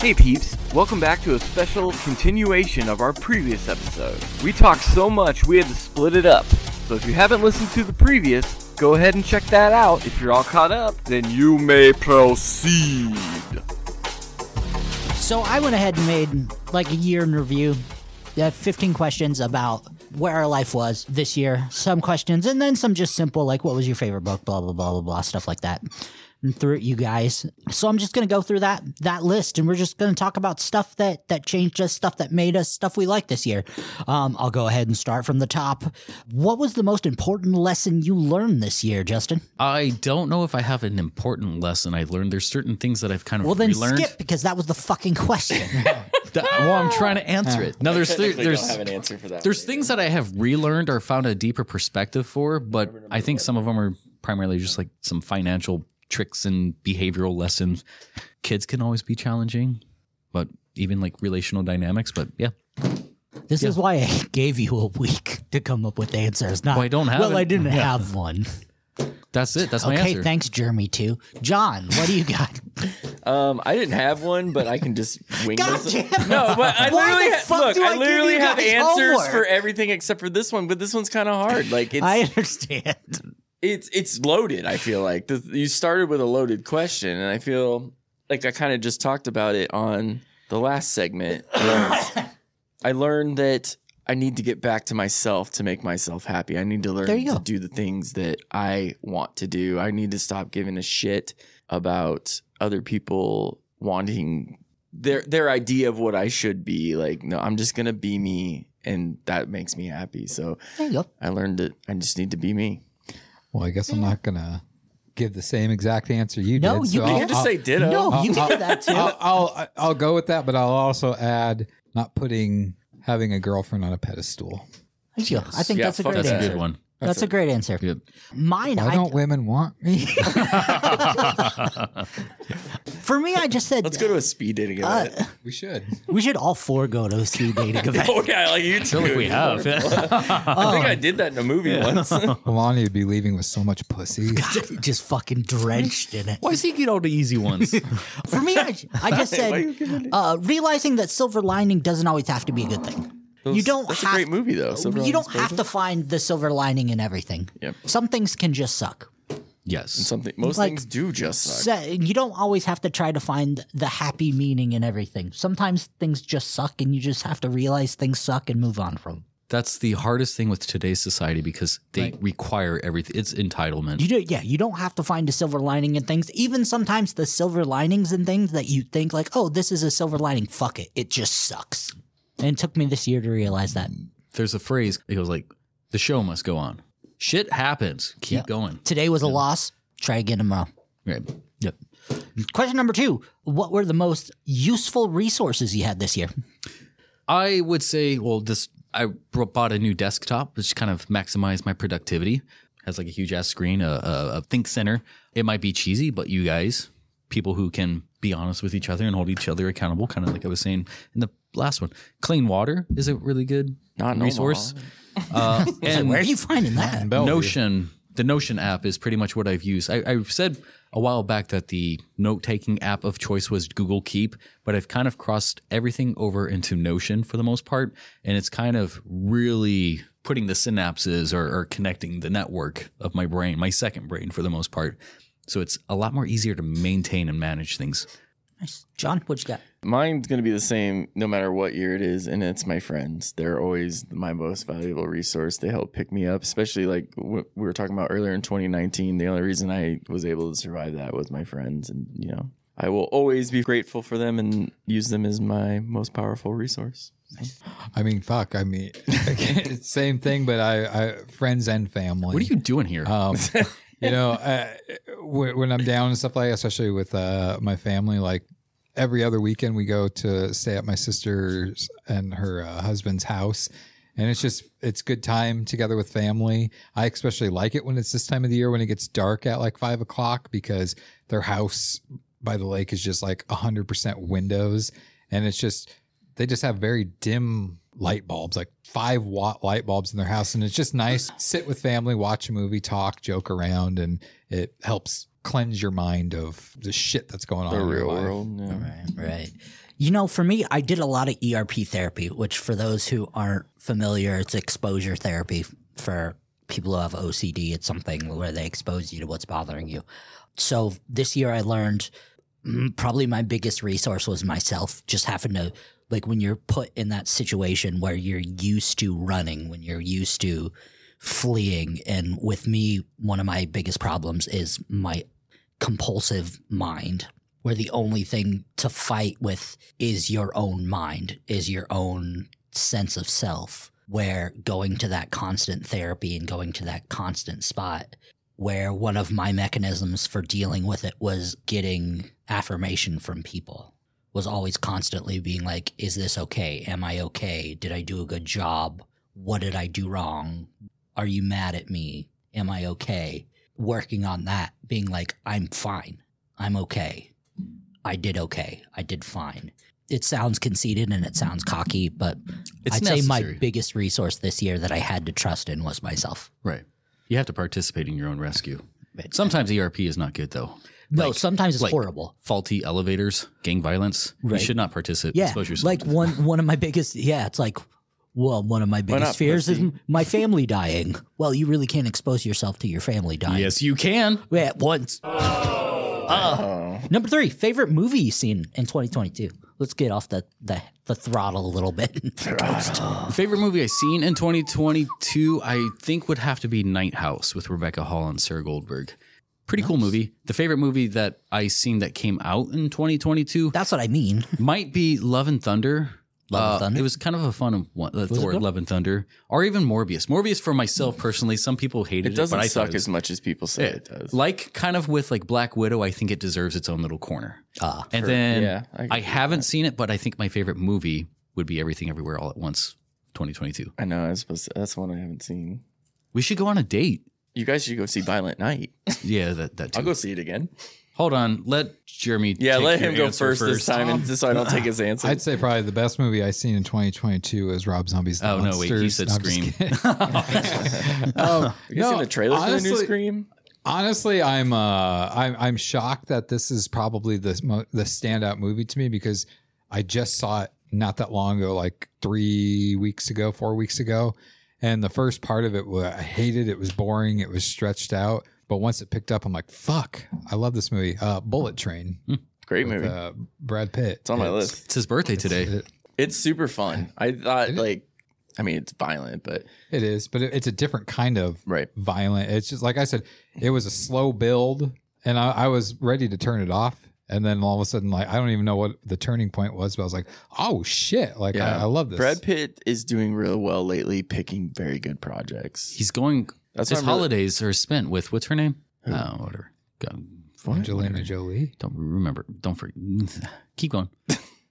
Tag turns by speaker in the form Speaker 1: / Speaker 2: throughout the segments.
Speaker 1: Hey peeps, welcome back to a special continuation of our previous episode. We talked so much we had to split it up. So if you haven't listened to the previous, go ahead and check that out. If you're all caught up, then you may proceed.
Speaker 2: So I went ahead and made like a year in review. Uh, 15 questions about where our life was this year. Some questions, and then some just simple, like what was your favorite book, blah, blah, blah, blah, blah, stuff like that. And through it, you guys. So I'm just going to go through that that list, and we're just going to talk about stuff that that changed us, stuff that made us, stuff we like this year. Um, I'll go ahead and start from the top. What was the most important lesson you learned this year, Justin?
Speaker 3: I don't know if I have an important lesson I learned. There's certain things that I've kind of
Speaker 2: Well, then
Speaker 3: relearned.
Speaker 2: skip because that was the fucking question.
Speaker 3: That- well, I'm trying to answer
Speaker 2: Ah.
Speaker 3: it. Now, there's there,
Speaker 4: Technically
Speaker 3: there's
Speaker 4: don't have an answer for that.
Speaker 3: there's
Speaker 4: one
Speaker 3: things that I have relearned or found a deeper perspective for, but I think some of them are primarily just like some financial tricks and behavioral lessons. Kids can always be challenging, but even like relational dynamics. But yeah,
Speaker 2: This is why I gave you a week to come up with answers. Not
Speaker 3: Well, I don't have
Speaker 2: Well,
Speaker 3: it.
Speaker 2: I didn't
Speaker 3: Yeah.
Speaker 2: have one.
Speaker 3: that's it. That's my
Speaker 2: Okay,
Speaker 3: answer.
Speaker 2: thanks, Jeremy. Too, John. What do you got?
Speaker 4: either. Um, I didn't have one, but I can just wing
Speaker 2: God
Speaker 4: this.
Speaker 2: damn it.
Speaker 4: No, but I
Speaker 2: Why
Speaker 4: literally
Speaker 2: the
Speaker 4: ha-
Speaker 2: fuck
Speaker 4: look.
Speaker 2: do I
Speaker 4: I,
Speaker 2: give
Speaker 4: literally
Speaker 2: you
Speaker 4: have
Speaker 2: guys
Speaker 4: answers
Speaker 2: homework?
Speaker 4: for everything except for this one. But this one's kind of hard. Like it's
Speaker 2: I understand.
Speaker 4: it's it's loaded. I feel like Th- you started with a loaded question, and I feel like I kind of just talked about it on the last segment. was I learned that I need to get back to myself to make myself happy. I need to learn
Speaker 2: There you go.
Speaker 4: to do the things that I want to do. I need to stop giving a shit about other people wanting their their idea of what I should be. Like, no, I'm just gonna be me, and that makes me happy. So
Speaker 2: There you go.
Speaker 4: I learned that I just need to be me.
Speaker 5: Well, I guess I'm not gonna give the same exact answer you
Speaker 2: No,
Speaker 5: did.
Speaker 2: you
Speaker 5: I'll-
Speaker 2: can't
Speaker 4: just
Speaker 5: I'll-
Speaker 4: say ditto.
Speaker 2: No,
Speaker 5: I'll-
Speaker 2: you
Speaker 5: I'll-
Speaker 2: did that too.
Speaker 5: I'll, I'll I'll go with that, but I'll also add not putting having a girlfriend on a pedestal.
Speaker 2: Thank you. I think
Speaker 4: Yeah,
Speaker 2: that's a
Speaker 4: fuck
Speaker 2: great
Speaker 3: that's a
Speaker 2: answer.
Speaker 3: good one.
Speaker 2: That's, a great answer.
Speaker 3: Good.
Speaker 2: Mine,
Speaker 5: Why
Speaker 2: I,
Speaker 5: don't women want me?
Speaker 2: for me, I just said
Speaker 4: Let's go to a speed dating
Speaker 2: uh,
Speaker 4: event.
Speaker 5: we should.
Speaker 2: we should all four go to a speed dating event.
Speaker 4: oh yeah, like you
Speaker 3: I feel
Speaker 4: too.
Speaker 3: like we have.
Speaker 4: I think I
Speaker 2: Oh.
Speaker 4: did that in a movie once.
Speaker 5: Melania would be leaving with so much pussy.
Speaker 2: just fucking drenched in it.
Speaker 3: Why does he get all the easy ones?
Speaker 2: For me, I, I just said uh, realizing that silver lining doesn't always have to be a good thing. you don't
Speaker 4: That's a
Speaker 2: have
Speaker 4: great movie though. Silver
Speaker 2: you don't
Speaker 4: Linings
Speaker 2: have to find the silver lining in everything.
Speaker 4: Yep.
Speaker 2: Some things can just suck.
Speaker 3: yes.
Speaker 4: Something most
Speaker 2: like,
Speaker 4: things do just suck.
Speaker 2: So you don't always have to try to find the happy meaning in everything. Sometimes things just suck, and you just have to realize things suck and move on from. 'em.
Speaker 3: That's the hardest thing with today's society because they require everything. It's entitlement.
Speaker 2: You do, yeah. You don't have to find a silver lining in things. Even sometimes the silver linings in things that you think like, oh, this is a silver lining. Fuck it, it just sucks. And it took me this year to realize that.
Speaker 3: There's a phrase. It goes like, "The show must go on. Shit happens. Keep
Speaker 2: Yeah.
Speaker 3: going."
Speaker 2: Today was a loss. Try again tomorrow.
Speaker 3: Right. Yep.
Speaker 2: Question number two: What were the most useful resources you had this year?
Speaker 3: I would say, well, this I br- bought a new desktop, which kind of maximized my productivity. Has like a huge ass screen, a, a, a think center. It might be cheesy, but you guys, people who can be honest with each other and hold each other accountable, kind of like I was saying in the last one. Clean water is a really good
Speaker 4: Not in
Speaker 3: resource. Uh, and
Speaker 2: Where are you finding that?
Speaker 3: Notion, the Notion app is pretty much what I've used. I, I said a while back that the note taking app of choice was Google Keep, but I've kind of crossed everything over into Notion for the most part. And it's kind of really putting the synapses or, or connecting the network of my brain, my second brain for the most part. So it's a lot more easier to maintain and manage things.
Speaker 2: Nice. John, what you got?
Speaker 4: Mine's gonna be the same no matter what year it is, and it's my friends. They're always my most valuable resource. They help pick me up, especially like what we were talking about earlier in 2019. The only reason I was able to survive that was my friends, and you know, I will always be grateful for them and use them as my most powerful resource.
Speaker 5: I mean, fuck. I mean, same thing, but I, I friends and family.
Speaker 3: What are you doing here?
Speaker 2: Uh,
Speaker 5: Um, you know, uh, when, when I'm down and stuff like that, especially with uh, my family, like every other weekend we go to stay at my sister's and her uh, husband's house. And it's just, it's good time together with family. I especially like it when it's this time of the year when it gets dark at like five o'clock because their house by the lake is just like 100% windows. And it's just, they just have very dim light bulbs, like five watt light bulbs in their house. And it's just nice. Sit with family, watch a movie, talk, joke around, and it helps cleanse your mind of the shit that's going on
Speaker 4: the
Speaker 5: in your
Speaker 4: real
Speaker 5: life.
Speaker 4: world. yeah.
Speaker 6: Right, right.
Speaker 2: You know, for me, I did a lot of ERP therapy, which for those who aren't familiar, it's exposure therapy for people who have OCD. It's something where they expose you to what's bothering you. So this year I learned mm, probably my biggest resource was myself, just having to, like, when you're put in that situation where you're used to running, when you're used to fleeing. And with me, one of my biggest problems is my compulsive mind where the only thing to fight with is your own mind, is your own sense of self. Where going to that constant therapy and going to that constant spot, where one of my mechanisms for dealing with it was getting affirmation from people, was always constantly being like, Is this okay? Am I okay? Did I do a good job? What did I do wrong? Are you mad at me? Am I okay? Working on that, being like, I'm fine. I'm okay. I did okay. I did fine. It sounds conceited and it sounds cocky, but
Speaker 3: It's
Speaker 2: I'd say my
Speaker 3: necessary.
Speaker 2: biggest resource this year that I had to trust in was myself.
Speaker 3: Right. You have to participate in your own rescue. Sometimes ERP is not good though.
Speaker 2: no,
Speaker 3: Like-
Speaker 2: sometimes it's
Speaker 3: like-
Speaker 2: horrible.
Speaker 3: Faulty elevators, gang violence.
Speaker 2: Right.
Speaker 3: You should not participate.
Speaker 2: Yeah,
Speaker 3: expose yourself
Speaker 2: like
Speaker 3: to-
Speaker 2: one one of my biggest. Yeah, it's like, well, one of my
Speaker 4: not,
Speaker 2: biggest fears is
Speaker 4: pussy?
Speaker 2: m- my family dying. Well, you really can't expose yourself to your family dying.
Speaker 3: Yes, you can.
Speaker 2: at once.
Speaker 4: Oh,
Speaker 2: Number three, favorite movie scene in 2022. Let's get off the the, the throttle a little bit.
Speaker 3: Favorite movie I seen in 2022, I think would have to be Night House with Rebecca Hall and Sarah Goldberg. Pretty cool movie. The favorite movie that I seen that came out in 2022
Speaker 2: That's what I mean.
Speaker 3: might be Love and Thunder. Uh,
Speaker 2: Love and Thunder?
Speaker 3: It was kind of a fun one. That's the
Speaker 2: it
Speaker 3: word,
Speaker 2: good?
Speaker 3: Love and Thunder, or even Morbius. Morbius for myself personally, some people hated
Speaker 4: it
Speaker 3: it,
Speaker 4: doesn't
Speaker 3: but I thought
Speaker 4: suck
Speaker 3: it was
Speaker 4: as much as people say it, does.
Speaker 3: like kind of with like Black Widow, I think it deserves its own little corner.
Speaker 2: Ah,
Speaker 3: and then
Speaker 4: yeah, I
Speaker 3: I,
Speaker 4: agree with
Speaker 3: haven't seen it, but I think my favorite movie would be Everything Everywhere All at Once, 2022.
Speaker 4: I know. I was supposed to, that's one I haven't seen.
Speaker 3: We should go on a date.
Speaker 4: You guys should go see Violent Night.
Speaker 3: Yeah, that that too.
Speaker 4: I'll go see it again.
Speaker 3: Hold on, let Jeremy.
Speaker 4: Yeah,
Speaker 3: take
Speaker 4: let
Speaker 3: your
Speaker 4: him go
Speaker 3: answer
Speaker 4: first, this time, and just so I don't take his answer.
Speaker 5: I'd say probably the best movie I've seen in 2022 is Rob Zombie's The
Speaker 3: Oh no, wait, he
Speaker 5: Monsters.
Speaker 3: said
Speaker 5: No, I'm just
Speaker 3: Scream.
Speaker 5: kidding.
Speaker 4: oh, you
Speaker 5: no,
Speaker 4: seen the trailer for the new
Speaker 5: honestly-
Speaker 4: Scream?
Speaker 5: Honestly, I'm uh, I'm I'm shocked that this is probably the mo- the standout movie to me because I just saw it not that long ago, like three weeks ago, four weeks ago, and the first part of it wa- I hated. It was boring. It was stretched out. But once it picked up, I'm like, "Fuck! I love this movie." Uh, Bullet Train
Speaker 4: Great
Speaker 5: with
Speaker 4: movie.
Speaker 5: uh, Brad Pitt.
Speaker 4: it's on my list.
Speaker 3: it's his birthday today.
Speaker 5: It,
Speaker 4: It's super fun. I thought
Speaker 5: Is it?
Speaker 4: like, I mean, it's violent, but
Speaker 5: it is, but it, it's a different kind of
Speaker 4: right.
Speaker 5: violent. It's just like I said, it was a slow build, and I, I was ready to turn it off. And then all of a sudden, like I don't even know what the turning point was, but I was like, "Oh shit!" Like I, I love this.
Speaker 4: Brad Pitt is doing real well lately, picking very good projects.
Speaker 3: He's going.
Speaker 4: That's
Speaker 3: his
Speaker 4: why I'm really-
Speaker 3: holidays are spent with what's her name? Oh, whatever. God,
Speaker 5: Angelina Jolie.
Speaker 3: Don't remember. Don't forget. Keep going.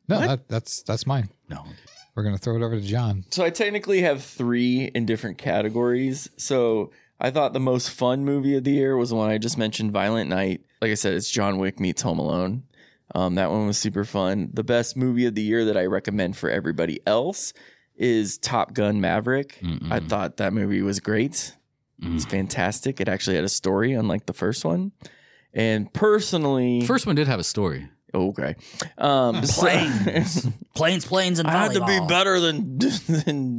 Speaker 5: No, that, that's that's mine.
Speaker 3: No.
Speaker 5: We're gonna throw it over to John.
Speaker 4: So I technically have three in different categories. So I thought the most fun movie of the year was the one I just mentioned, Violent Night. Like I said, it's John Wick meets Home Alone. Um, that one was super fun. The best movie of the year that I recommend for everybody else is Top Gun Maverick. I thought that movie was great. It's fantastic. It actually had a story, unlike the first one. And personally, oh,
Speaker 3: First one did have a story.
Speaker 4: okay, um, so-
Speaker 2: Planes. Planes, planes, and
Speaker 4: I had to be
Speaker 2: volleyball.
Speaker 4: better than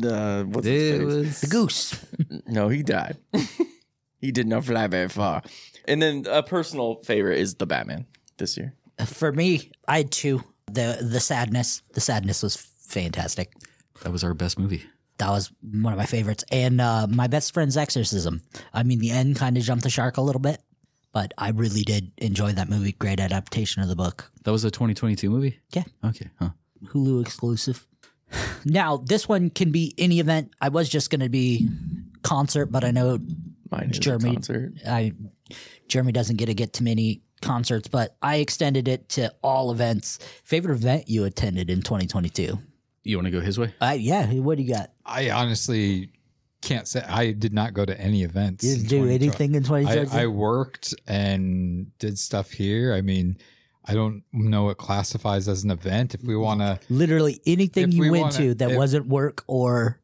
Speaker 4: than uh, what's his
Speaker 3: It
Speaker 4: face?
Speaker 3: was
Speaker 2: The goose.
Speaker 4: No, he died. he did not fly very far. And then a personal favorite is the Batman this year.
Speaker 2: For me, I had two. The the sadness. The sadness was fantastic.
Speaker 3: that was our best movie.
Speaker 2: That was one of my favorites. And uh, my best friend's exorcism. I mean, the end kind of jumped the shark a little bit, but I really did enjoy that movie. Great adaptation of the book.
Speaker 3: That was a 2022 movie.
Speaker 2: Yeah.
Speaker 3: Okay. Huh.
Speaker 2: Hulu exclusive. Now, this one can be any event. I was just going to be concert, but I know
Speaker 4: Mine is
Speaker 2: Jeremy.
Speaker 4: a concert.
Speaker 2: I Jeremy doesn't get to get to many concerts, but I extended it to all events. Favorite event you attended in 2022?
Speaker 3: You want to go his way?
Speaker 2: Uh, yeah, what do you got?
Speaker 5: I honestly can't say I did not go to any events.
Speaker 2: You
Speaker 5: in
Speaker 2: didn't do
Speaker 5: 2020.
Speaker 2: anything in 2022?
Speaker 5: I, I worked and did stuff here. I mean, I don't know what classifies as an event. If we want to
Speaker 2: Literally anything
Speaker 5: If
Speaker 2: you
Speaker 5: we
Speaker 2: went
Speaker 5: wanna-
Speaker 2: to that
Speaker 5: if-
Speaker 2: wasn't work or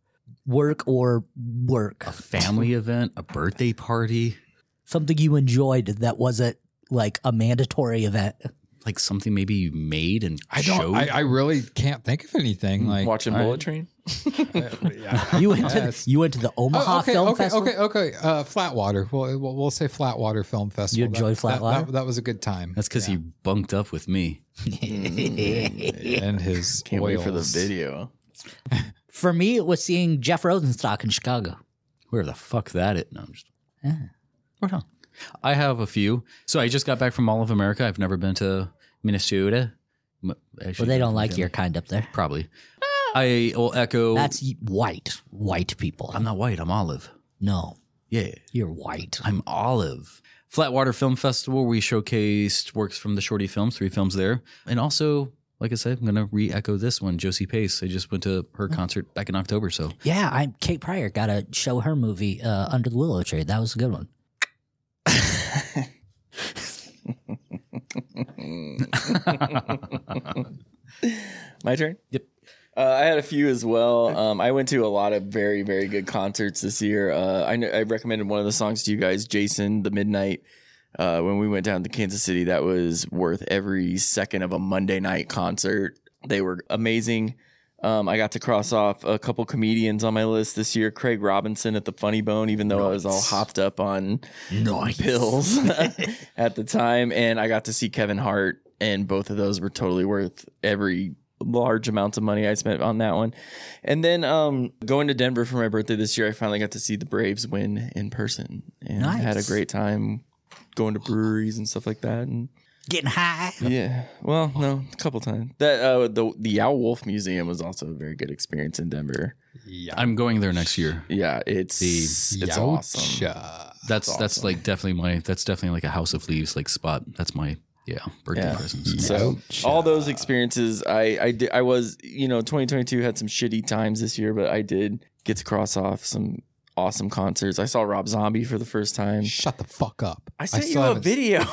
Speaker 2: work or work.
Speaker 3: Family event, a birthday party.
Speaker 2: Something you enjoyed that wasn't like a mandatory event.
Speaker 3: Like something maybe you made and
Speaker 5: I don't.
Speaker 3: showed.
Speaker 5: I, I really can't think of anything like
Speaker 4: Watching
Speaker 5: I-
Speaker 4: Bullet Train.
Speaker 5: yeah.
Speaker 2: You went to
Speaker 5: Yes.
Speaker 2: you went to the Omaha
Speaker 5: Oh, okay,
Speaker 2: Film
Speaker 5: okay,
Speaker 2: Festival.
Speaker 5: okay, okay. Uh, Flatwater. We'll, we'll we'll say Flatwater Film Festival.
Speaker 2: You enjoy
Speaker 5: That- that-
Speaker 2: Flatwater?
Speaker 5: That, that was a good time.
Speaker 3: That's because he bunked up with me.
Speaker 5: and his
Speaker 4: Can't wait for the
Speaker 5: oils.
Speaker 4: video.
Speaker 2: For me, it was seeing Jeff Rosenstock in Chicago.
Speaker 3: Where the fuck that it? No, I'm just. Right on. I have a few. So I just got back from Mall of America. I've never been to Minnesota. M-
Speaker 2: Well,
Speaker 3: actually,
Speaker 2: they don't like your kind up there.
Speaker 3: Probably. I will echo.
Speaker 2: That's white, white people.
Speaker 3: I'm not white. I'm olive.
Speaker 2: No,
Speaker 3: Yeah.
Speaker 2: you're white.
Speaker 3: I'm Olive. Flatwater Film Festival, we showcased works from the Shorty Films, three films there. And also, like I said, I'm going to re echo this one, Josie Pace. I just went to her
Speaker 4: Mm.
Speaker 3: concert back in October. So
Speaker 2: Yeah, I'm Kate Pryor. Got to show her movie uh, Under the Willow Tree. That was a good one.
Speaker 4: My turn.
Speaker 3: Yep.
Speaker 4: Uh, I had a few as well. Um, I went to a lot of very, very good concerts this year. Uh, I, kn- I recommended one of the songs to you guys, Jason, The Midnight. Uh, when we went down to Kansas City, that was worth every second of a Monday night concert. They were amazing. Um, I got to cross off a couple comedians on my list this year. Craig Robinson at the Funny Bone, even though I was all hopped up on pills at the time. And I got to see Kevin Hart, and both of those were totally worth every large amount of money I spent on that one. And then um, going to Denver for my birthday this year, I finally got to see the Braves win in person and had a
Speaker 2: Nice.
Speaker 4: great time going to breweries and stuff like that. And
Speaker 2: Getting high.
Speaker 4: yeah. Well, no, a couple times. That uh, the the Owl Wolf Museum was also a very good experience in Denver.
Speaker 3: I'm going there next year.
Speaker 4: Yeah, it's it's awesome.
Speaker 5: Yowcha.
Speaker 3: That's that's like definitely my that's definitely like a House of Leaves like spot. That's my yeah birthday
Speaker 4: Yeah. Mm-hmm.
Speaker 3: presents.
Speaker 4: So all those experiences, I I did, I was you know 2022 had some shitty times this year, but I did get to cross off some awesome concerts. I saw Rob Zombie for the first time.
Speaker 5: Shut the fuck up.
Speaker 4: I sent you
Speaker 5: still
Speaker 4: a
Speaker 5: haven't-
Speaker 4: video,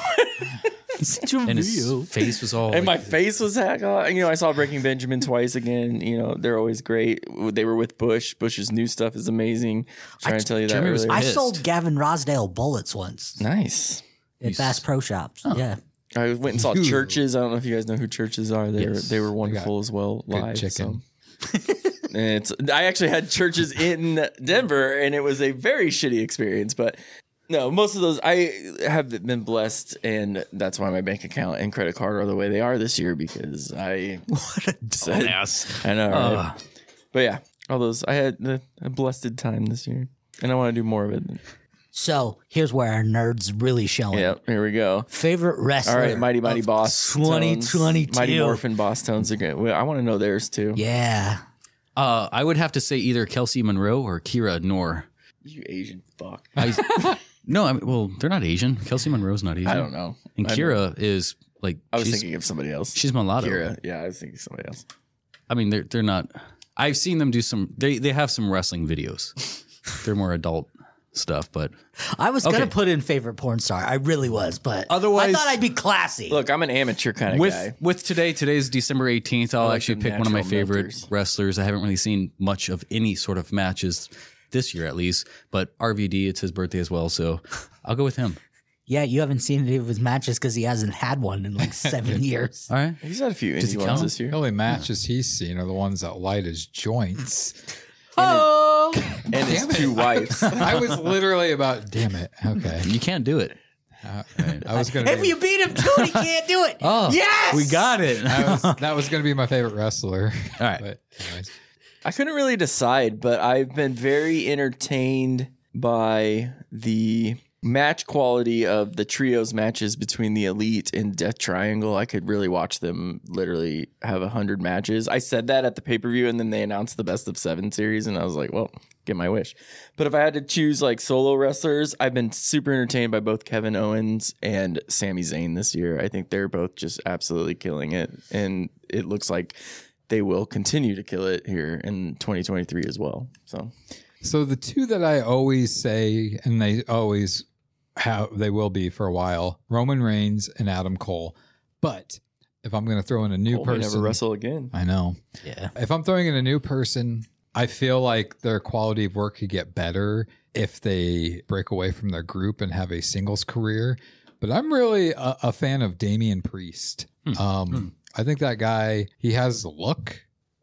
Speaker 3: And his face was all
Speaker 4: and my
Speaker 3: like,
Speaker 4: face was hackled. You know, I saw Breaking Benjamin twice again. You know, they're always great. They were with Bush. Bush's new stuff is amazing. Trying to tell you that
Speaker 3: Jeremy was
Speaker 4: earlier.
Speaker 2: I
Speaker 3: Pissed.
Speaker 2: sold Gavin Rosdale bullets once
Speaker 4: Nice.
Speaker 2: at Bass Pro Shops. Yeah,
Speaker 4: I went and saw
Speaker 5: Ooh.
Speaker 4: churches. I don't know if you guys know who churches are. They were
Speaker 3: Yes.
Speaker 4: they were wonderful as well
Speaker 5: good
Speaker 4: live.
Speaker 5: chicken.
Speaker 4: So. And it's I actually had churches in Denver, and it was a very shitty experience. But no, most of those I have been blessed, and that's why my bank account and credit card are the way they are this year because I what a dumbass. I know, right?
Speaker 3: Ugh.
Speaker 4: but yeah, all those I had the, a blessed time this year, and I want to do more of it.
Speaker 2: So here's where our nerds really showing.
Speaker 4: Yep, here we go.
Speaker 2: Favorite wrestler.
Speaker 4: All right, Mighty Mighty
Speaker 2: of
Speaker 4: Boss. Tones.
Speaker 2: 2022.
Speaker 4: Mighty Morphin Boss Tones again. Well, I want to know theirs too.
Speaker 2: Yeah.
Speaker 3: uh, I would have to say either Kelsey Monroe or Kira Noor.
Speaker 4: You Asian fuck.
Speaker 3: Uh-huh. I, no, I mean, well, they're not Asian. Kelsey Monroe's not Asian.
Speaker 4: I don't know.
Speaker 3: And
Speaker 4: I-
Speaker 3: Kira is like
Speaker 4: I was
Speaker 3: she's,
Speaker 4: thinking of somebody else.
Speaker 3: she's mulatto.
Speaker 4: Kira. Yeah, I was thinking of somebody else.
Speaker 3: I mean, they're they're not. I've seen them do some. They they have some wrestling videos. they're more adult stuff, but
Speaker 2: I was
Speaker 3: Okay.
Speaker 2: gonna put in favorite porn star. I really was, but otherwise, I thought I'd be classy.
Speaker 4: Look, I'm an amateur kind of
Speaker 3: with
Speaker 4: guy.
Speaker 3: with today, today's December eighteenth. I'll
Speaker 4: like
Speaker 3: actually
Speaker 4: the
Speaker 3: pick one of my
Speaker 4: natural
Speaker 3: favorite
Speaker 4: mentors.
Speaker 3: wrestlers. I haven't really seen much of any sort of matches this year, at least. But RVD, it's his birthday as well, so I'll go with him.
Speaker 2: yeah, you haven't seen any of his matches because he hasn't had one in like seven years.
Speaker 3: All right.
Speaker 4: He's had a few
Speaker 3: Does
Speaker 4: indie
Speaker 3: he
Speaker 4: ones
Speaker 3: count? Oh,
Speaker 4: this
Speaker 5: The
Speaker 4: year.
Speaker 5: only matches he's seen are the ones that light his joints.
Speaker 4: And his two wives.
Speaker 5: I was literally about, damn it. Okay.
Speaker 3: You can't do it.
Speaker 5: Uh, I was gonna.
Speaker 2: If
Speaker 5: Be,
Speaker 2: you beat him to it, he can't do it.
Speaker 3: Oh,
Speaker 2: yes,
Speaker 3: we got it.
Speaker 5: I was, that was gonna be my favorite wrestler.
Speaker 3: All right.
Speaker 5: But anyways,
Speaker 4: I couldn't really decide, but I've been very entertained by the match quality of the trios matches between the Elite and Death Triangle. I could really watch them literally have a hundred matches. I said that at the pay per view, and then they announced the best of seven series, and I was like, well, get my wish. But if I had to choose like solo wrestlers, I've been super entertained by both Kevin Owens and Sami Zayn this year. I think they're both just absolutely killing it, and it looks like they will continue to kill it here in 2023 as well. So
Speaker 5: so the two that I always say, and they always have, they will be for a while: Roman Reigns and Adam Cole. But if I'm gonna throw in a new
Speaker 4: we'll
Speaker 5: person,
Speaker 4: never wrestle again.
Speaker 5: I know.
Speaker 2: Yeah.
Speaker 5: If I'm throwing in a new person, I feel like their quality of work could get better if they break away from their group and have a singles career. But I'm really a, a fan of Damian Priest. Um, I think that guy, he has the look,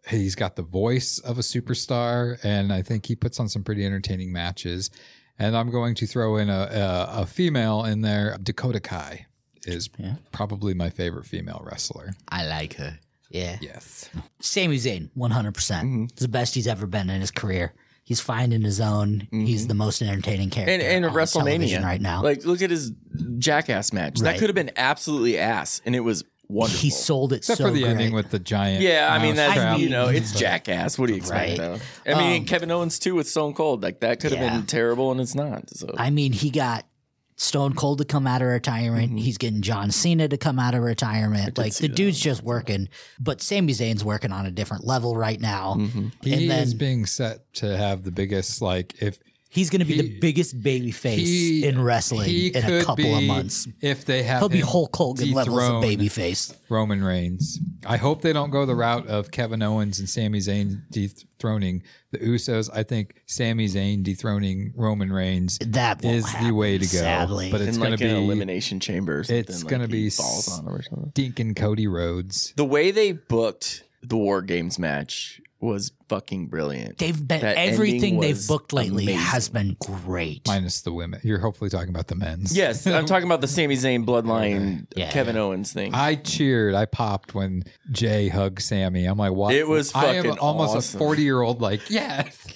Speaker 5: he's got the voice of a superstar, and I think he puts on some pretty entertaining matches. And I'm going to throw in a, a, a female in there. Dakota Kai is probably my favorite female wrestler.
Speaker 2: I like her. Yeah.
Speaker 5: Yes.
Speaker 2: Sami Zayn, 100%.
Speaker 4: Mm. Mm-hmm.
Speaker 2: percent It's the best he's ever been in his career. He's finding his own. He's the most entertaining character.
Speaker 4: Mm-hmm. And, and
Speaker 2: on
Speaker 4: WrestleMania
Speaker 2: television right now.
Speaker 4: Like, look at his jackass match.
Speaker 2: Right.
Speaker 4: That could have been absolutely ass, and it was wonderful.
Speaker 2: he sold it
Speaker 5: Except
Speaker 2: so
Speaker 5: for the
Speaker 2: great.
Speaker 5: ending with the giant.
Speaker 4: yeah, I mean that's
Speaker 5: mousetrap.
Speaker 2: crap.
Speaker 4: you know it's jackass. What do you
Speaker 2: Right.
Speaker 4: expect
Speaker 2: Um,
Speaker 4: though? I mean Kevin Owens too with Stone Cold like that could have
Speaker 2: Yeah.
Speaker 4: been terrible and it's not. So
Speaker 2: I mean, he got Stone Cold to come out of retirement.
Speaker 4: Mm-hmm.
Speaker 2: He's getting John Cena to come out of retirement. Like the dude's just working, but Sami Zayn's working on a different level right now.
Speaker 4: Mm-hmm.
Speaker 5: He
Speaker 2: and then
Speaker 5: is being set to have the biggest like if
Speaker 2: he's going to be
Speaker 5: he-
Speaker 2: the biggest baby face
Speaker 5: he-
Speaker 2: in wrestling
Speaker 5: he
Speaker 2: in a
Speaker 5: could
Speaker 2: couple of
Speaker 5: be-
Speaker 2: months.
Speaker 5: If they have
Speaker 2: He'll be
Speaker 5: him
Speaker 2: Hulk Hogan levels of
Speaker 5: dethrone
Speaker 2: baby face.
Speaker 5: Roman Reigns. I hope they don't go the route of Kevin Owens and Sami Zayn dethroning the Usos. I think Sami Zayn dethroning Roman Reigns
Speaker 2: That won't
Speaker 5: is the
Speaker 2: happen,
Speaker 5: way to go.
Speaker 2: sadly.
Speaker 5: But it's
Speaker 4: in
Speaker 5: going
Speaker 4: like
Speaker 5: to
Speaker 4: an
Speaker 5: be
Speaker 4: elimination chamber. Or something,
Speaker 5: it's
Speaker 4: like,
Speaker 5: gonna
Speaker 4: he
Speaker 5: be
Speaker 4: falls
Speaker 5: s-
Speaker 4: on him or something.
Speaker 5: Deacon Cody Rhodes.
Speaker 4: The way they booked the War Games match was fucking brilliant.
Speaker 2: They've been
Speaker 4: That
Speaker 2: everything
Speaker 4: ending
Speaker 2: they've
Speaker 4: was
Speaker 2: booked lately
Speaker 4: amazing.
Speaker 2: has been great.
Speaker 5: Minus the women. You're hopefully talking about the men's.
Speaker 4: Yes, I'm talking about the Sami Zayn bloodline
Speaker 2: Yeah.
Speaker 4: Kevin Owens thing.
Speaker 5: I cheered. I popped when Jay hugged Sammy. I'm like, what?
Speaker 4: It was
Speaker 5: I am
Speaker 4: fucking
Speaker 5: almost
Speaker 4: awesome.
Speaker 5: a 40 year old. Like, yes.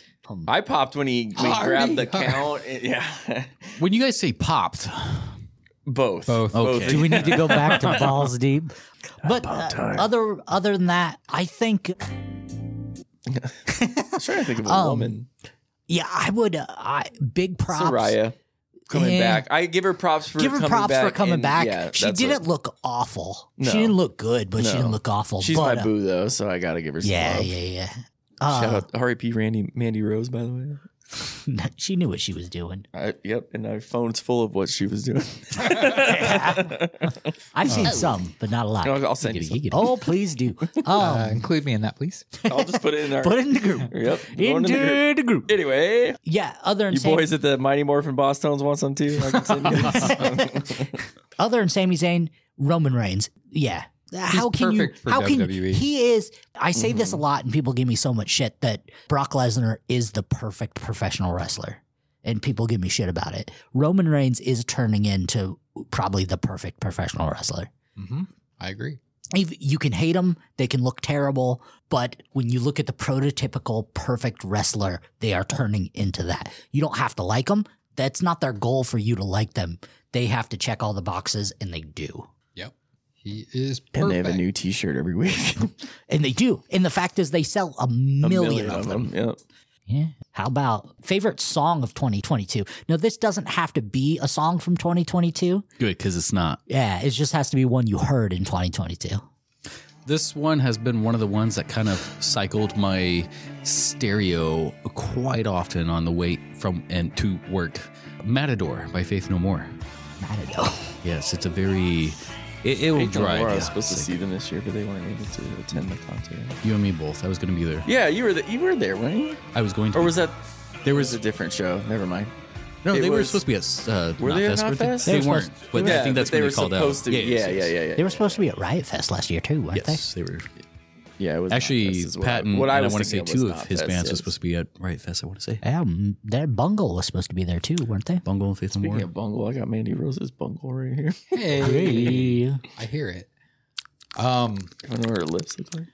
Speaker 4: I popped when he, when he
Speaker 5: Hardy.
Speaker 4: grabbed the count. and- yeah,
Speaker 3: When you guys say popped,
Speaker 4: both.
Speaker 5: Both.
Speaker 3: Okay.
Speaker 6: Do we need to go back to balls deep?
Speaker 2: but uh, other other than that, I think
Speaker 4: I'm trying to think of a
Speaker 2: Um,
Speaker 4: woman.
Speaker 2: yeah, I would uh, I big props.
Speaker 4: Soraya coming
Speaker 2: Yeah.
Speaker 4: back. I give her props for
Speaker 2: Give her
Speaker 4: coming
Speaker 2: props
Speaker 4: back
Speaker 2: for coming
Speaker 4: and-
Speaker 2: back.
Speaker 4: yeah,
Speaker 2: she
Speaker 4: that's
Speaker 2: didn't
Speaker 4: what-
Speaker 2: look awful.
Speaker 4: No.
Speaker 2: She didn't look good, but she
Speaker 4: No.
Speaker 2: didn't look awful.
Speaker 4: She's
Speaker 2: but,
Speaker 4: my
Speaker 2: uh,
Speaker 4: boo though, so I gotta give her. Some
Speaker 2: yeah,
Speaker 4: love.
Speaker 2: yeah, yeah,
Speaker 4: Shout
Speaker 2: Uh,
Speaker 4: out R.I.P. Randy Mandy Rose, by the way.
Speaker 2: Um, she knew what she was doing.
Speaker 4: I, yep, and our phone's full of what she was doing.
Speaker 2: I've seen some, but not a lot.
Speaker 4: Oh. I'll, I'll send you. Some.
Speaker 2: Oh, please do. Um,
Speaker 5: Uh, include me in that, please.
Speaker 4: I'll just put it in our.
Speaker 2: put it in the group.
Speaker 4: Yep. going in the group.
Speaker 2: Into the group.
Speaker 4: Anyway,
Speaker 2: Yeah. Other than
Speaker 4: you
Speaker 2: Sami-
Speaker 4: boys at the Mighty Morphin Boss Tones want some too? I can send you some.
Speaker 2: other than Sami Zayn, Roman Reigns. Yeah. How can you?
Speaker 5: perfect for
Speaker 2: how
Speaker 5: WWE.
Speaker 2: can he is? I say this a
Speaker 4: Mm-hmm.
Speaker 2: lot, and people give me so much shit that Brock Lesnar is the perfect professional wrestler, and people give me shit about it. Roman Reigns is turning into probably the perfect professional wrestler.
Speaker 3: Mm-hmm.
Speaker 5: hmm I agree.
Speaker 2: If- You can hate them; they can look terrible, but when you look at the prototypical perfect wrestler, they are turning into that. You don't have to like them. That's not their goal for you to like them. They have to check all the boxes, and they do.
Speaker 5: Yep. He is perfect.
Speaker 4: and they have a new T-shirt every week.
Speaker 2: And they do. And the fact is, they sell a million,
Speaker 4: a
Speaker 2: of, them.
Speaker 4: Yep.
Speaker 2: Yeah. How about favorite song of 2022? Now, this doesn't have to be a song from 2022.
Speaker 3: good because it's not.
Speaker 2: Yeah, it just has to be one you heard in 2022.
Speaker 3: This one has been one of the ones that kind of cycled my stereo quite often on the way from and to work. Matador by Faith No More.
Speaker 2: I don't know.
Speaker 3: Yes, it's a very. It, it will drive.
Speaker 4: I
Speaker 3: you.
Speaker 4: was supposed to see them this year, but they weren't able to attend the concert.
Speaker 3: You and me both. I was going to be there.
Speaker 4: Yeah, you were the, you were there, weren't you?
Speaker 3: I was going to.
Speaker 4: Or was that
Speaker 3: there
Speaker 4: was a different show? Never mind.
Speaker 3: No,
Speaker 4: It
Speaker 3: they were
Speaker 4: was-
Speaker 3: supposed to be at. Uh,
Speaker 4: Were they at
Speaker 3: Knotfest,
Speaker 4: Knotfest?
Speaker 3: weren't
Speaker 4: They
Speaker 3: They,
Speaker 2: were
Speaker 3: weren't.
Speaker 2: supposed
Speaker 3: But I think that's when
Speaker 4: but they
Speaker 3: they,
Speaker 4: were
Speaker 3: called out.
Speaker 4: supposed to. be- Yeah, yeah, yeah, yeah.
Speaker 2: They were supposed to be at Riot Fest last year, too, weren't
Speaker 3: Yes, they were.
Speaker 4: Yeah, it was Knotfest
Speaker 3: Actually,
Speaker 4: is what I-
Speaker 3: Patton.
Speaker 4: what I,
Speaker 3: and I
Speaker 4: was
Speaker 3: want to say
Speaker 4: thinking
Speaker 3: two
Speaker 4: was
Speaker 3: of his
Speaker 4: Knotfest,
Speaker 3: bands
Speaker 4: yes.
Speaker 3: were supposed to be at Riot Fest. I want to say
Speaker 2: they? Yeah, mm, that Bungle was supposed to be there, too, weren't they?
Speaker 3: Bungle and Faith No
Speaker 4: Speaking
Speaker 3: More.
Speaker 4: of bungle, I got Mandy Rose's bungle right here.
Speaker 5: Hey. I hear it. Um,
Speaker 4: I don't know what her lips look like.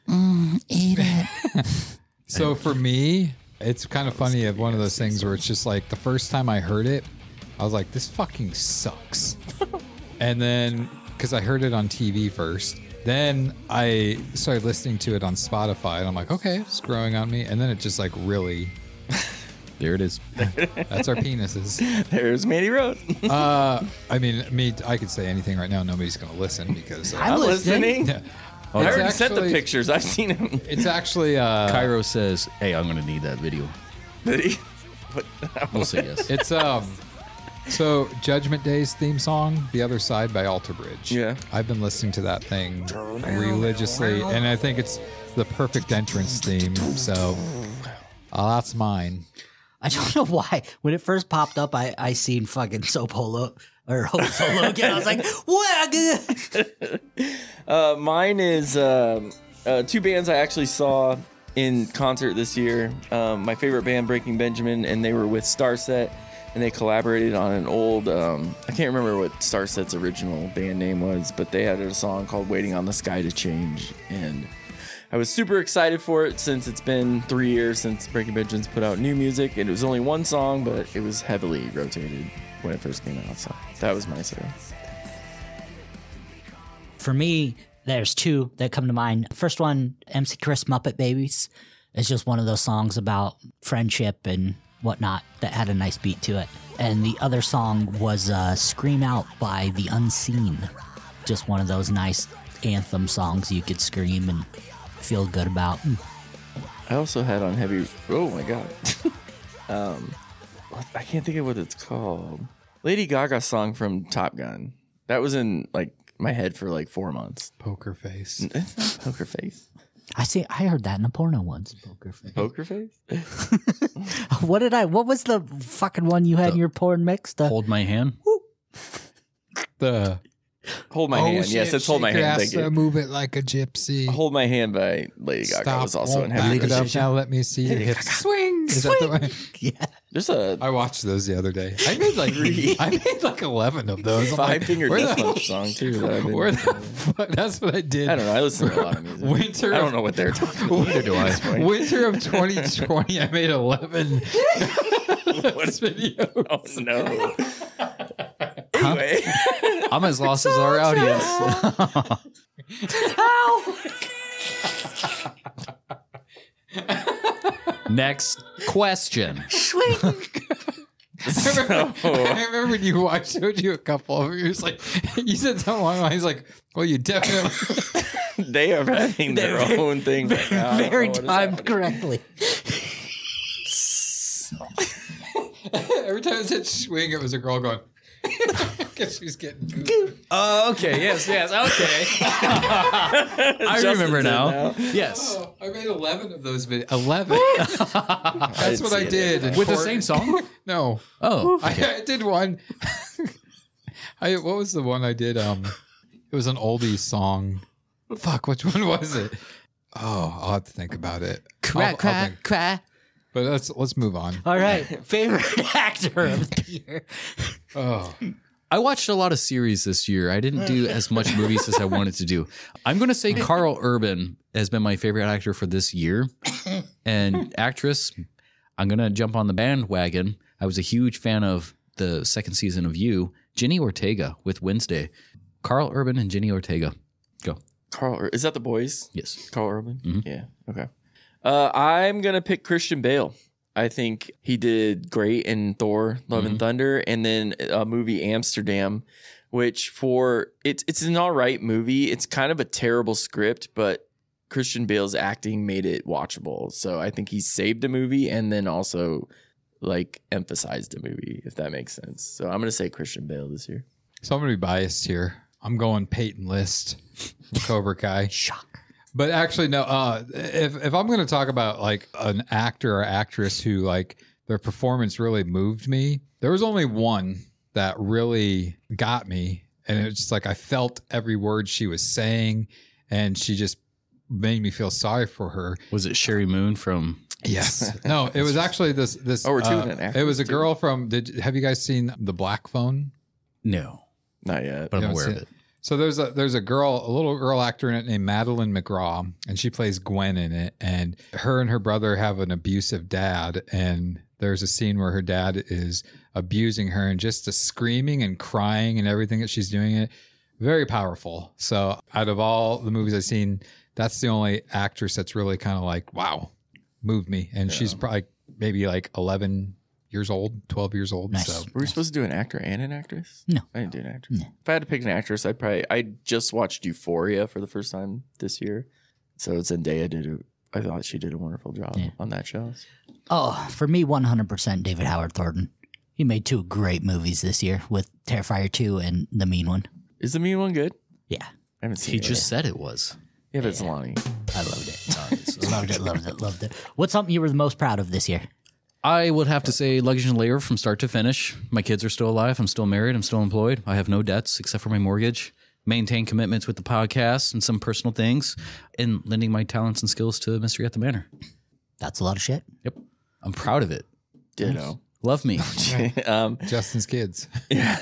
Speaker 2: Eat it.
Speaker 5: so for me, it's kind of funny of one of those things where it's just like the first time I heard it, I was like, this fucking sucks. and then because I heard it on TV first, then I started listening to it on Spotify and I'm like, okay, it's growing on me. And then it just like really,
Speaker 3: There it is.
Speaker 5: that's our penises.
Speaker 4: There's Mandy Rose.
Speaker 5: Uh, I mean, me, I could say anything right now. Nobody's going to listen because uh,
Speaker 4: I'm listening.
Speaker 3: Oh,
Speaker 4: I
Speaker 5: It's
Speaker 4: already sent the
Speaker 5: actually-
Speaker 4: pictures. I've seen him.
Speaker 5: it's actually, uh,
Speaker 3: Cairo says, "Hey, I'm going to need that video."
Speaker 4: Did he?
Speaker 3: We'll say yes.
Speaker 5: It's um so Judgment Day's theme song, The Other Side by Alter Bridge.
Speaker 4: Yeah.
Speaker 5: I've been listening to that thing religiously and I think it's the perfect entrance theme. So uh, that's mine.
Speaker 2: I don't know why. When it first popped up, I I seen fucking Soap Polo. or Hope Solo again. I was like, what?
Speaker 4: Uh, mine is um uh, two bands I actually saw in concert this year. Um, my favorite band, Breaking Benjamin, and they were with Starset, and they collaborated on an old. Um, I can't remember what Starset's original band name was, but they had a song called "Waiting on the Sky to Change," and I was super excited for it since it's been three years since Breaking Benjamin's put out new music, and it was only one song, but it was heavily rotated when it first came out. So that was my second.
Speaker 2: For me, there's two that come to mind. First one, MC Chris Muppet Babies, is just one of those songs about friendship and whatnot that had a nice beat to it. And the other song was uh, Scream Out by The Unseen. Just one of those nice anthem songs you could scream and feel good about. Hmm.
Speaker 4: I also had on heavy. Oh my god. um, what- I can't think of what it's called. Lady Gaga song from Top Gun. That was in like my head for like four months.
Speaker 5: Poker face.
Speaker 4: Poker face.
Speaker 2: I see. I heard that in a porno once. Poker face.
Speaker 4: Poker face.
Speaker 2: What did I? What was the fucking one you had in your porn mix? The
Speaker 3: Hold my hand.
Speaker 5: The uh,
Speaker 4: Hold
Speaker 5: Oh,
Speaker 4: my hand. yes, it's hold my hand. Thank you.
Speaker 5: Move it like a gypsy.
Speaker 4: Hold my hand by Lady Gaga
Speaker 5: Stop.
Speaker 4: was also in
Speaker 5: won't
Speaker 4: heavy.
Speaker 5: back it
Speaker 4: rotation.
Speaker 5: up now. Let me see your hips. Swing. Is that the one?
Speaker 4: There's a
Speaker 5: I watched those the other day. I made like I made like eleven of those. I'm
Speaker 4: five
Speaker 5: like,
Speaker 4: finger
Speaker 5: where
Speaker 4: death
Speaker 5: the-
Speaker 4: punch song too. That I've been,
Speaker 5: Where the fuck? That's what I did.
Speaker 4: I don't know. I listen to a lot of music.
Speaker 5: Winter
Speaker 4: I
Speaker 5: of-
Speaker 4: don't know what they're talking. about. Neither do I.
Speaker 5: Winter of 2020, I made 11 those videos.
Speaker 4: Oh no. anyway.
Speaker 3: I'm as lost as our audience. Next question.
Speaker 5: I remember, I remember when you I showed you a couple of them. He was like, you said something along the lines like, well, you definitely.
Speaker 4: they are having their own thing. Right now. I don't
Speaker 2: very
Speaker 4: know what is
Speaker 2: timed correctly.
Speaker 5: Every time I said swing, it was a girl going, because she was getting. goofy.
Speaker 3: Oh, okay. Yes, yes. Okay. I
Speaker 4: Justin's
Speaker 3: remember
Speaker 4: in
Speaker 3: now. Yes.
Speaker 5: Oh, I made 11 of those videos. 11? That's
Speaker 4: didn't
Speaker 5: what
Speaker 4: see
Speaker 5: I
Speaker 4: it.
Speaker 5: did. in
Speaker 3: With the
Speaker 5: court.
Speaker 3: same song?
Speaker 5: No.
Speaker 3: Oh.
Speaker 5: I, I did one. I what was the one I did? Um, it was an oldies song. Fuck, which one was it? Oh, I'll have to think about it. I'll-
Speaker 2: Cry,
Speaker 5: I'll
Speaker 2: cry,
Speaker 5: think.
Speaker 2: cry.
Speaker 5: But let's let's move on.
Speaker 2: All right, favorite actor of the year.
Speaker 5: Oh,
Speaker 3: I watched a lot of series this year. I didn't do as much movies as I wanted to do. I'm going to say Carl Urban has been my favorite actor for this year. And actress, I'm going to jump on the bandwagon. I was a huge fan of the second season of You, Jenny Ortega with Wednesday. Carl Urban and Jenny Ortega. Go.
Speaker 4: Carl, is that the boys?
Speaker 3: Yes.
Speaker 4: Carl Urban. Yeah. Okay. Uh, I'm gonna pick Christian Bale. I think he did great in Thor: Love and Thunder, and then a movie Amsterdam, which for it's it's an all right movie. It's kind of a terrible script, but Christian Bale's acting made it watchable. So I think he saved the movie and then also like emphasized the movie, if that makes sense. So I'm gonna say Christian Bale this year.
Speaker 5: so I'm gonna be biased here. I'm going Peyton List, from Cobra Kai.
Speaker 2: Shock.
Speaker 5: But actually, no. Uh, if if I'm going to talk about like an actor or actress who like their performance really moved me, there was only one that really got me, and it was just like I felt every word she was saying, and she just made me feel sorry for her.
Speaker 3: Was it Sherry Moon from
Speaker 5: Yes. No, it was actually this this.
Speaker 4: Oh, we're two
Speaker 5: uh,
Speaker 4: then,
Speaker 5: It was
Speaker 4: actors,
Speaker 5: a
Speaker 4: too.
Speaker 5: girl from. Did have you guys seen the Black Phone?
Speaker 3: No,
Speaker 4: Not yet.
Speaker 3: but I'm
Speaker 5: Yeah,
Speaker 3: aware of
Speaker 5: it's-
Speaker 3: it.
Speaker 5: So there's a there's a girl, a little girl actor in it named Madeline McGraw, and she plays Gwen in it. And her and her brother have an abusive dad, and there's a scene where her dad is abusing her, and just the screaming and crying and everything that she's doing it, very powerful. So out of all the movies I've seen, that's the only actress that's really kind of like wow, moved me. And she's probably maybe like 11 years old, 12 years old.
Speaker 2: Nice.
Speaker 5: So
Speaker 4: Were we supposed to do an actor and an actress?
Speaker 2: No.
Speaker 4: I didn't do an actress. If I had to pick an actress, I'd probably I just watched Euphoria for the first time this year. So Zendaya did a I thought she did a wonderful job on that show.
Speaker 2: Oh, for me, 100% David Howard Thornton. He made two great movies this year with Terrifier 2 and The Mean One.
Speaker 4: Is the mean one good?
Speaker 2: Yeah,
Speaker 4: I haven't seen
Speaker 3: He
Speaker 4: it.
Speaker 3: just said it was.
Speaker 4: Yeah, but it's Lonnie.
Speaker 2: I loved it. loved it, loved it, loved it. What's something you were the most proud of this year?
Speaker 3: I would have to say luggage and labor from start to finish. My kids are still alive. I'm still married. I'm still employed. I have no debts except for my mortgage. Maintain commitments with the podcast and some personal things, and lending my talents and skills to Mystery at the Manor.
Speaker 2: That's a lot of shit.
Speaker 3: Yep, I'm proud of it.
Speaker 4: Ditto.
Speaker 3: Love me.
Speaker 4: um,
Speaker 5: Justin's kids.
Speaker 4: yeah,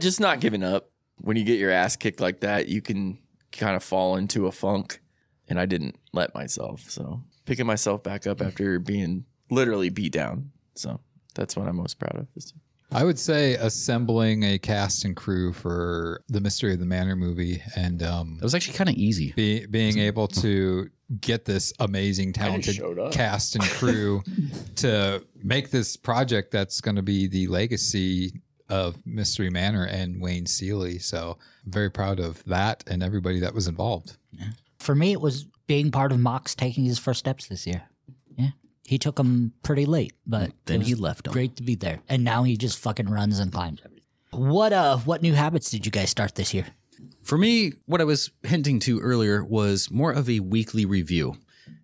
Speaker 4: just not giving up. When you get your ass kicked like that, you can kind of fall into a funk, and I didn't let myself. So picking myself back up after being literally beat down. So that's what I'm most proud of. This
Speaker 5: I would say assembling a cast and crew for the Mystery of the Manor movie and um,
Speaker 3: That was actually kind of easy.
Speaker 5: be, being able to get this amazing, talented
Speaker 4: showed up.
Speaker 5: cast and crew to make this project that's going to be the legacy of Mystery Manor and Wayne Seeley. So I'm very proud of that and everybody that was involved.
Speaker 2: For me, it was being part of Mox taking his first steps this year. Yeah. He took them pretty late, but
Speaker 3: Then
Speaker 2: it
Speaker 3: he
Speaker 2: was
Speaker 3: left 'em.
Speaker 2: Great to be there. And now he just fucking runs and climbs everything. What uh what new habits did you guys start this year?
Speaker 3: For me, what I was hinting to earlier was more of a weekly review.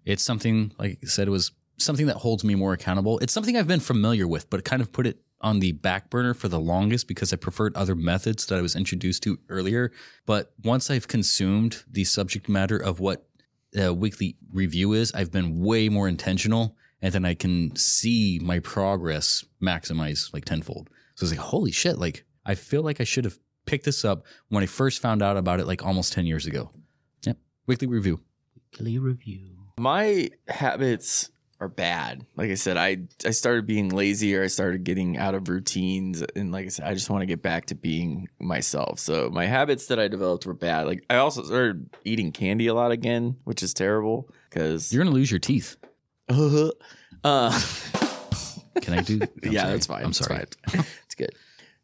Speaker 3: It's something, like I said, it was something that holds me more accountable. It's something I've been familiar with, but kind of put it on the back burner for the longest because I preferred other methods that I was introduced to earlier. But once I've consumed the subject matter of what uh, weekly review is, I've been way more intentional, and then I can see my progress maximize like tenfold. So it's like, holy shit! Like I feel like I should have picked this up when I first found out about it, like almost ten years ago. Yep, weekly review.
Speaker 2: Weekly review.
Speaker 4: my habits are bad. Like I said, I I started being lazy or I started getting out of routines and like I said, I just want to get back to being myself. So my habits that I developed were bad. Like I also started eating candy a lot again, which is terrible cuz
Speaker 3: You're gonna lose your teeth.
Speaker 4: uh, uh
Speaker 3: Can I do? I'm
Speaker 4: yeah,
Speaker 3: sorry.
Speaker 4: that's fine.
Speaker 3: I'm
Speaker 4: It's
Speaker 3: sorry.
Speaker 4: fine. it's good.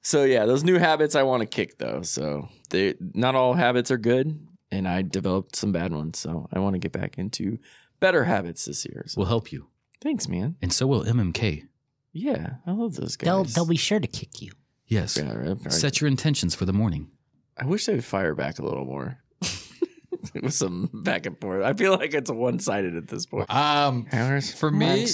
Speaker 4: So yeah, those new habits I want to kick though. So they not all habits are good and I developed some bad ones. So I want to get back into better habits this year. So
Speaker 3: We'll help you,
Speaker 4: thanks man.
Speaker 3: and so will MMK.
Speaker 4: Yeah, I love those guys.
Speaker 2: They'll they'll be sure to kick you.
Speaker 3: Yes.
Speaker 4: Yeah, right, right.
Speaker 3: Set your intentions for the morning.
Speaker 4: I wish they would fire back a little more with some back and forth. I feel like it's one sided at this point.
Speaker 5: Um, for me,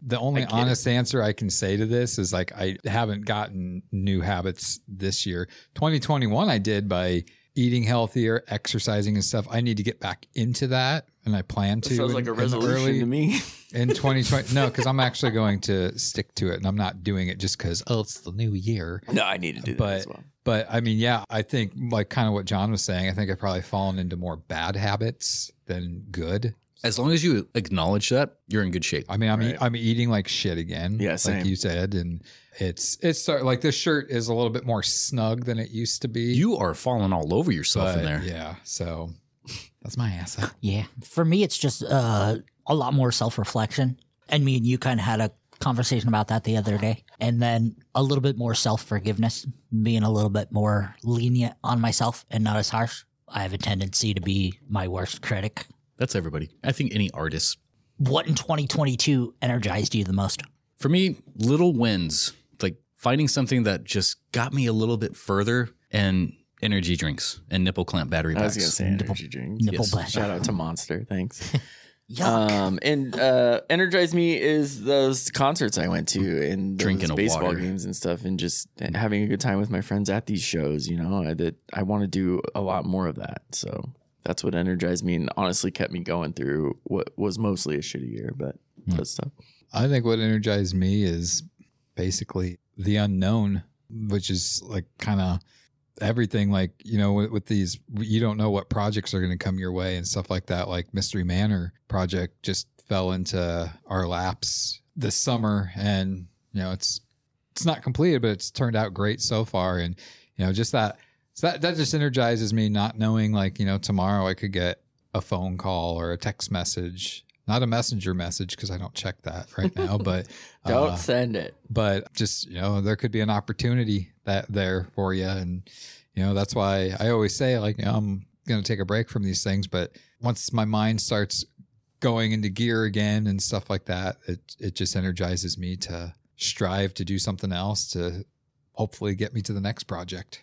Speaker 5: the only
Speaker 4: get
Speaker 5: honest answer I can say to this is like I haven't gotten new habits this year. 2021 I did by eating healthier, exercising and stuff. I need to get back into that and I plan to.
Speaker 4: sounds
Speaker 5: in-
Speaker 4: like a
Speaker 5: in the
Speaker 4: resolution
Speaker 5: early-
Speaker 4: to me.
Speaker 5: in 2020 no because i'm actually going to stick to it and i'm not doing it just because oh it's the new year
Speaker 4: No, I need to do that
Speaker 5: But-
Speaker 4: as well.
Speaker 5: but i mean yeah i think like kind of what john was saying i think i've probably fallen into more bad habits than good
Speaker 3: As long as you acknowledge that, you're in good shape.
Speaker 5: i mean i'm, e
Speaker 4: Right.
Speaker 5: I'm eating like shit again
Speaker 4: Yeah,
Speaker 5: like
Speaker 4: same.
Speaker 5: you said and it's it's sort- like this shirt is a little bit more snug than it used to be
Speaker 3: You are falling all over yourself
Speaker 5: but
Speaker 3: in there.
Speaker 5: yeah so that's my ass up.
Speaker 2: Yeah. For me, it's just uh, a lot more self reflection. And me and you kind of had a conversation about that the other day. And then a little bit more self forgiveness, being a little bit more lenient on myself and not as harsh. I have a tendency to be my worst critic.
Speaker 3: That's everybody. I think any artist.
Speaker 2: What in 2022 energized you the most?
Speaker 3: For me, little wins, like finding something that just got me a little bit further and energy drinks and nipple clamp battery
Speaker 4: I was
Speaker 3: packs.
Speaker 4: going to say energy drinks.
Speaker 2: Nipple
Speaker 3: Yes.
Speaker 2: pleasure.
Speaker 4: Shout out to Monster. Thanks.
Speaker 2: Yuck.
Speaker 4: Um, and uh, energized me is those concerts I went to and those
Speaker 3: Drinking a
Speaker 4: baseball
Speaker 3: water.
Speaker 4: games and stuff, and just having a good time with my friends at these shows. You know, I, that I want to do a lot more of that. So that's what energized me and honestly kept me going through what was mostly a shitty year, but
Speaker 3: Hmm.
Speaker 4: that stuff.
Speaker 5: I think what energized me is basically the unknown, which is like kind of everything. Like, you know, with, with these, you don't know what projects are going to come your way and stuff like that. Like, Mystery Manor project just fell into our laps this summer. And, you know, it's, it's not completed, but it's turned out great so far. And, you know, just that, so that, that just energizes me not knowing like, you know, tomorrow I could get a phone call or a text message, not a messenger message because I don't check that right now, but
Speaker 4: Don't
Speaker 5: uh,
Speaker 4: send it.
Speaker 5: but just you know, there could be an opportunity that there for you, and you know that's why I always say like you know, I'm going to take a break from these things, but once my mind starts going into gear again and stuff like that, it it just energizes me to strive to do something else to hopefully get me to the next project.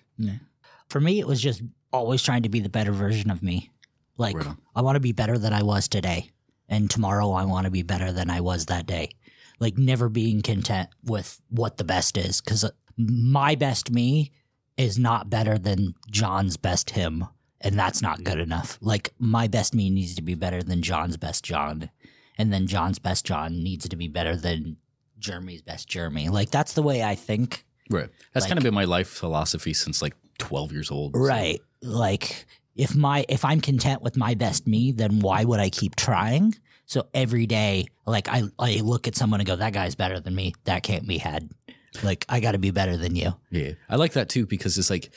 Speaker 2: For me, it was just always trying to be the better version of me. Like,
Speaker 3: Right on.
Speaker 2: I want to be better than I was today. And tomorrow, I want to be better than I was that day. like never being content with what the best is because my best me is not better than John's best him, and that's not good enough. Like my best me needs to be better than John's best John, and then John's best John needs to be better than Jeremy's best Jeremy. Like that's the way I think
Speaker 3: Right. That's
Speaker 2: Like-
Speaker 3: kind of been my life philosophy since like 12 years old.
Speaker 2: Right. Like if my if I'm content with my best me, then why would I keep trying? So every day, like I I look at someone and go, that guy's better than me. That can't be had. Like I got to be better than you.
Speaker 3: Yeah. I like that too because it's like,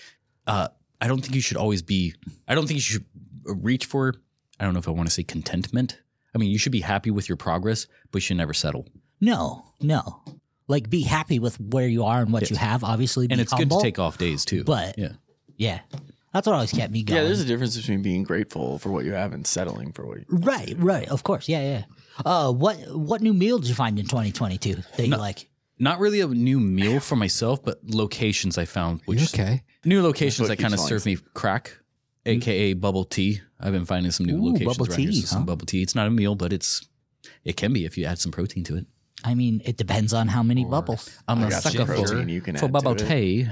Speaker 3: uh, I don't think you should always be, I don't think you should reach for, I don't know if I want to say contentment. I mean, you should be happy with your progress, but you should never settle.
Speaker 2: No, no. Like be happy with where you are and what you have. Obviously, be
Speaker 3: And it's
Speaker 2: humble,
Speaker 3: good to take off days too.
Speaker 2: But
Speaker 3: yeah.
Speaker 2: yeah, that's what always kept me going.
Speaker 4: Yeah, there's a difference between being grateful for what you have and settling for what you
Speaker 2: right, right. Of course, yeah, yeah. Uh, what what new meal did you find in 2022 that you like?
Speaker 3: Not really a new meal for myself, but locations I found, which
Speaker 5: You okay?
Speaker 3: new locations that
Speaker 4: keeps
Speaker 3: kind of
Speaker 4: on.
Speaker 3: serve me crack, aka bubble tea. I've been finding some new
Speaker 2: Ooh,
Speaker 3: locations
Speaker 2: bubble
Speaker 3: around here.
Speaker 2: tea,
Speaker 3: So some
Speaker 2: huh?
Speaker 3: bubble tea. It's not a meal, but it's it can be if you add some protein to it.
Speaker 2: I mean, it depends on how many bubbles.
Speaker 3: I'm
Speaker 4: I
Speaker 3: a
Speaker 4: got some
Speaker 3: sucker for,
Speaker 4: protein you can add
Speaker 3: for
Speaker 4: to
Speaker 3: bubble
Speaker 4: it.
Speaker 3: tea.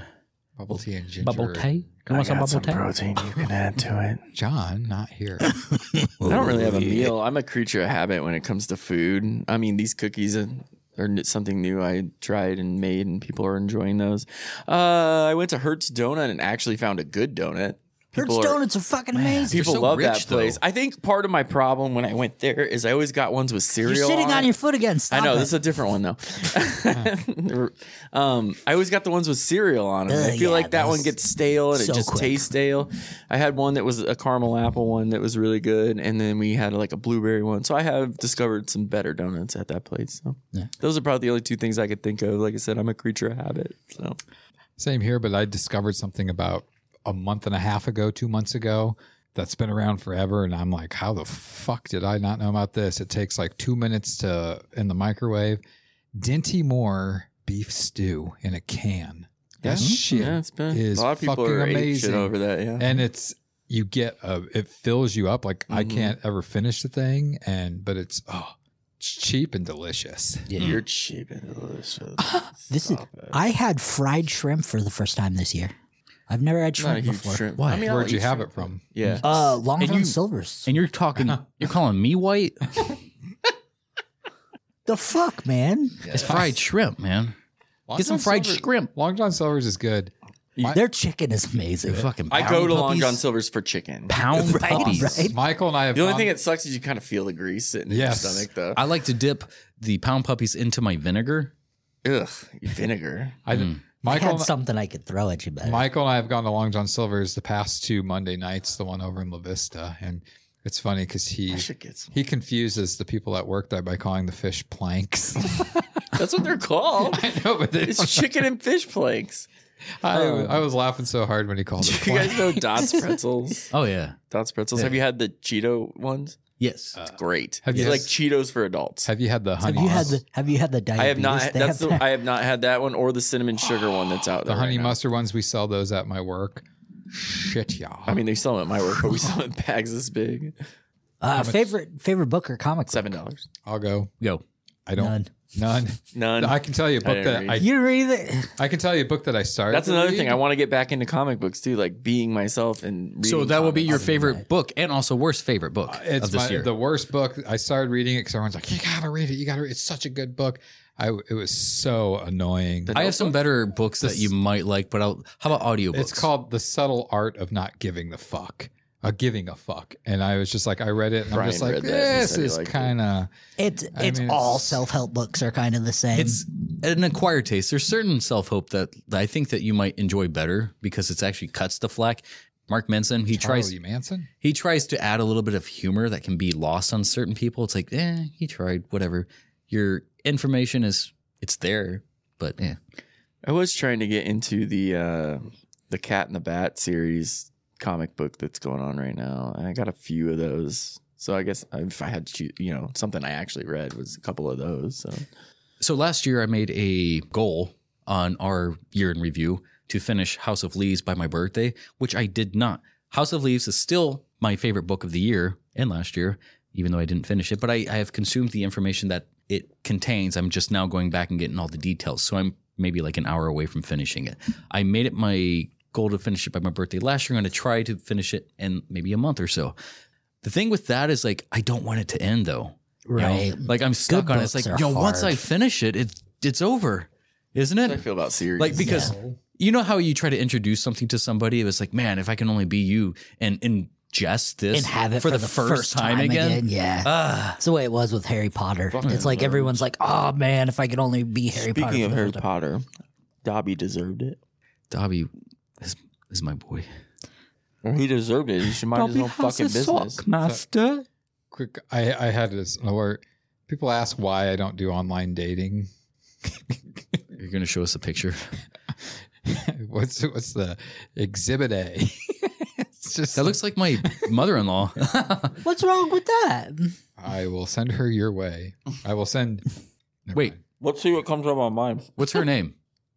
Speaker 5: Bubble tea and ginger.
Speaker 3: Bubble tea. You want some
Speaker 4: I got
Speaker 3: bubble tea?
Speaker 4: protein you can add to it.
Speaker 5: John, not here.
Speaker 4: I don't really have a meal. I'm a creature of habit when it comes to food. I mean, these cookies are are n- something new I tried and made, and people are enjoying those. Uh, I went to Hertz Donut and actually found a good donut.
Speaker 2: Hertz
Speaker 4: People are-
Speaker 2: donuts are fucking amazing.
Speaker 4: People
Speaker 3: so
Speaker 4: love
Speaker 3: rich,
Speaker 4: that place.
Speaker 3: though.
Speaker 4: I think part of my problem when I went there is I always got ones with cereal.
Speaker 2: You're sitting
Speaker 4: on
Speaker 2: on
Speaker 4: it.
Speaker 2: your foot again. Stop
Speaker 4: I know
Speaker 2: it.
Speaker 4: this is a different one though. um, I always got the ones with cereal on them.
Speaker 2: Ugh,
Speaker 4: I feel
Speaker 2: yeah,
Speaker 4: like that one
Speaker 2: those-
Speaker 4: gets stale and
Speaker 2: so
Speaker 4: it just
Speaker 2: quick.
Speaker 4: tastes stale. I had one that was a caramel apple one that was really good, and then we had like a blueberry one. So I have discovered some better donuts at that place. So those are probably the only two things I could think of. Like I said, I'm a creature of habit. So
Speaker 5: Same here, but I discovered something about a month and a half ago, two months ago, that's been around forever. And I'm like, how the fuck did I not know about this? It takes like two minutes to in the microwave. Dinty Moore beef stew in a can. That shit
Speaker 4: Mm-hmm. yeah, it's been
Speaker 5: is
Speaker 4: a lot of people
Speaker 5: fucking
Speaker 4: are ate
Speaker 5: amazing.
Speaker 4: shit over that. Yeah,
Speaker 5: and it's you get a it fills you up like I
Speaker 4: Mhm.
Speaker 5: can't ever finish the thing and but it's oh it's cheap and delicious.
Speaker 4: you're cheap and delicious.
Speaker 2: This is.
Speaker 4: Stop it.
Speaker 2: I had fried shrimp for the first time this year. I've never had
Speaker 4: Not a
Speaker 2: shrimp
Speaker 4: huge
Speaker 2: before.
Speaker 4: shrimp.
Speaker 3: Why?
Speaker 4: I mean, I'll
Speaker 5: Where'd you
Speaker 4: eat
Speaker 5: have
Speaker 4: shrimp,
Speaker 5: it from?
Speaker 4: but- Yeah.
Speaker 2: Uh, Long
Speaker 3: And
Speaker 2: John
Speaker 3: you-
Speaker 2: Silver's.
Speaker 3: And you're talking, you're calling me white?
Speaker 2: the fuck, man!
Speaker 3: It's fried shrimp, man.
Speaker 5: Long
Speaker 3: Get some
Speaker 5: John
Speaker 3: fried
Speaker 5: Silver-
Speaker 3: shrimp.
Speaker 5: Long John Silver's is good. My-
Speaker 2: Their chicken is amazing.
Speaker 3: Fucking
Speaker 4: I go
Speaker 3: pound
Speaker 4: to Long
Speaker 3: puppies.
Speaker 4: John Silver's for chicken.
Speaker 3: Pound puppies.
Speaker 2: right?
Speaker 5: Michael and I have
Speaker 4: The only
Speaker 5: gone-
Speaker 4: thing that sucks is you kind of feel the grease sitting
Speaker 5: Um, Yes.
Speaker 4: in your stomach, though.
Speaker 3: I like to dip the pound puppies into my vinegar.
Speaker 4: Ugh, vinegar.
Speaker 5: I,
Speaker 3: Mm.
Speaker 2: I
Speaker 5: Michael
Speaker 2: had
Speaker 5: and-
Speaker 2: something I could throw at you better.
Speaker 5: Michael and I have gone to Long John Silver's the past two Monday nights, the one over in La Vista, and it's funny because he
Speaker 4: I should get some.
Speaker 5: he confuses the people at work there by calling the fish planks.
Speaker 4: That's what they're called.
Speaker 5: I know, but they
Speaker 4: It's chicken and fish flakes.
Speaker 5: I, I was laughing so hard when he called it
Speaker 4: You
Speaker 5: plank.
Speaker 4: guys know Dots pretzels.
Speaker 3: Oh, yeah.
Speaker 4: Dots pretzels. Have you had the Cheeto ones?
Speaker 3: Yes.
Speaker 4: It's great.
Speaker 5: Uh, have
Speaker 4: it's
Speaker 5: you-
Speaker 4: like Cheetos for adults.
Speaker 5: Have you had the honey?
Speaker 2: have you had
Speaker 5: mustard-
Speaker 2: the Have you had the diabetes?
Speaker 4: I have not.
Speaker 2: They
Speaker 4: That's
Speaker 2: have
Speaker 4: the, I have not had that one or the cinnamon sugar one that's out
Speaker 5: the
Speaker 4: there.
Speaker 5: honey
Speaker 4: right now.
Speaker 5: mustard ones? We sell those at my work. Shit, y'all.
Speaker 4: I mean, they sell them at my work, but we sell them in bags this big.
Speaker 2: uh, favorite favorite book or comic? book?
Speaker 4: Seven dollars.
Speaker 5: I'll go.
Speaker 3: Go.
Speaker 5: I don't. None.
Speaker 2: None.
Speaker 4: None.
Speaker 5: I can tell you a book
Speaker 4: didn't
Speaker 5: that I,
Speaker 4: read.
Speaker 2: You read it?
Speaker 5: I can tell you a book that I started.
Speaker 4: That's
Speaker 5: to
Speaker 4: another
Speaker 5: read.
Speaker 4: thing. I want to get back into comic books too, like being myself and. Reading
Speaker 3: So that will be
Speaker 4: comics.
Speaker 3: your favorite book and also worst favorite book
Speaker 5: it's
Speaker 3: of this
Speaker 5: my,
Speaker 3: year.
Speaker 5: the worst book. I started reading it because everyone's like, "You gotta read it. You gotta. Read it. It's such a good book." I it was so annoying.
Speaker 3: I have some better books that you might like, but I'll, how about audiobooks?
Speaker 5: It's called "The Subtle Art of Not Giving the Fuck." Uh, giving a fuck, and I was just like, I read it, and I'm
Speaker 4: Brian
Speaker 5: just like,
Speaker 4: read that and he
Speaker 5: this
Speaker 4: said he
Speaker 5: is
Speaker 4: liked it.
Speaker 5: kind of
Speaker 2: It's
Speaker 5: I
Speaker 2: it's
Speaker 5: mean,
Speaker 2: all
Speaker 5: it's-
Speaker 2: self help books are kind of the same.
Speaker 3: It's an acquired taste. There's certain self hope that, that I think that you might enjoy better because it's actually cuts the flack. Mark Manson, he tries
Speaker 5: Charlie Manson.
Speaker 3: he tries to add a little bit of humor that can be lost on certain people. It's like, eh, he tried, whatever. Your information is it's there, but eh, yeah.
Speaker 4: I was trying to get into the uh, the Cat and the Bat series comic book that's going on right now, and I got a few of those. So I guess if I had to, choose, you know, something I actually read was a couple of those. So
Speaker 3: So last year I made a goal on our year in review to finish House of Leaves by my birthday, which I did not. House of Leaves is still my favorite book of the year and last year. even though I didn't finish it. But I, I have consumed the information that it contains. I'm just now going back and getting all the details. So I'm maybe like an hour away from finishing it. I made it my goal to finish it by my birthday last year. I'm going to try to finish it in maybe a month or so. The thing with that is like I don't want it to end though. you know?
Speaker 2: Right.
Speaker 3: Like I'm stuck
Speaker 2: Good
Speaker 3: on it. It's
Speaker 2: books
Speaker 3: like
Speaker 2: are
Speaker 3: yo, once
Speaker 2: hard.
Speaker 3: I finish it, it's it's over, isn't
Speaker 4: I
Speaker 3: it?
Speaker 4: feel about series.
Speaker 3: Like because you know how you try to introduce something to somebody, it was like, man, if I can only be you and ingest this
Speaker 2: and have it
Speaker 3: for, the, first, time, again.
Speaker 2: Yeah.
Speaker 3: Ah,
Speaker 2: That's the way it was with Harry Potter. It's like everyone's like, "Oh man, if I could only be Harry Potter."
Speaker 4: Speaking of
Speaker 2: for the
Speaker 4: Harry
Speaker 2: whole time."
Speaker 4: Potter, Dobby deserved it.
Speaker 3: Dobby is, is my boy.
Speaker 4: Or he deserved it. He should mind his own fucking business.
Speaker 3: master.
Speaker 5: Quick, I, I had this alert. People ask why I don't do online dating.
Speaker 3: You're gonna show us a picture.
Speaker 5: what's what's the exhibit A? it's just
Speaker 3: That looks like my mother-in-law.
Speaker 2: What's wrong with that?
Speaker 5: I will send her your way. I will send. Never
Speaker 3: Wait,
Speaker 5: mind.
Speaker 4: Let's see what comes up on mine.
Speaker 3: what's her name?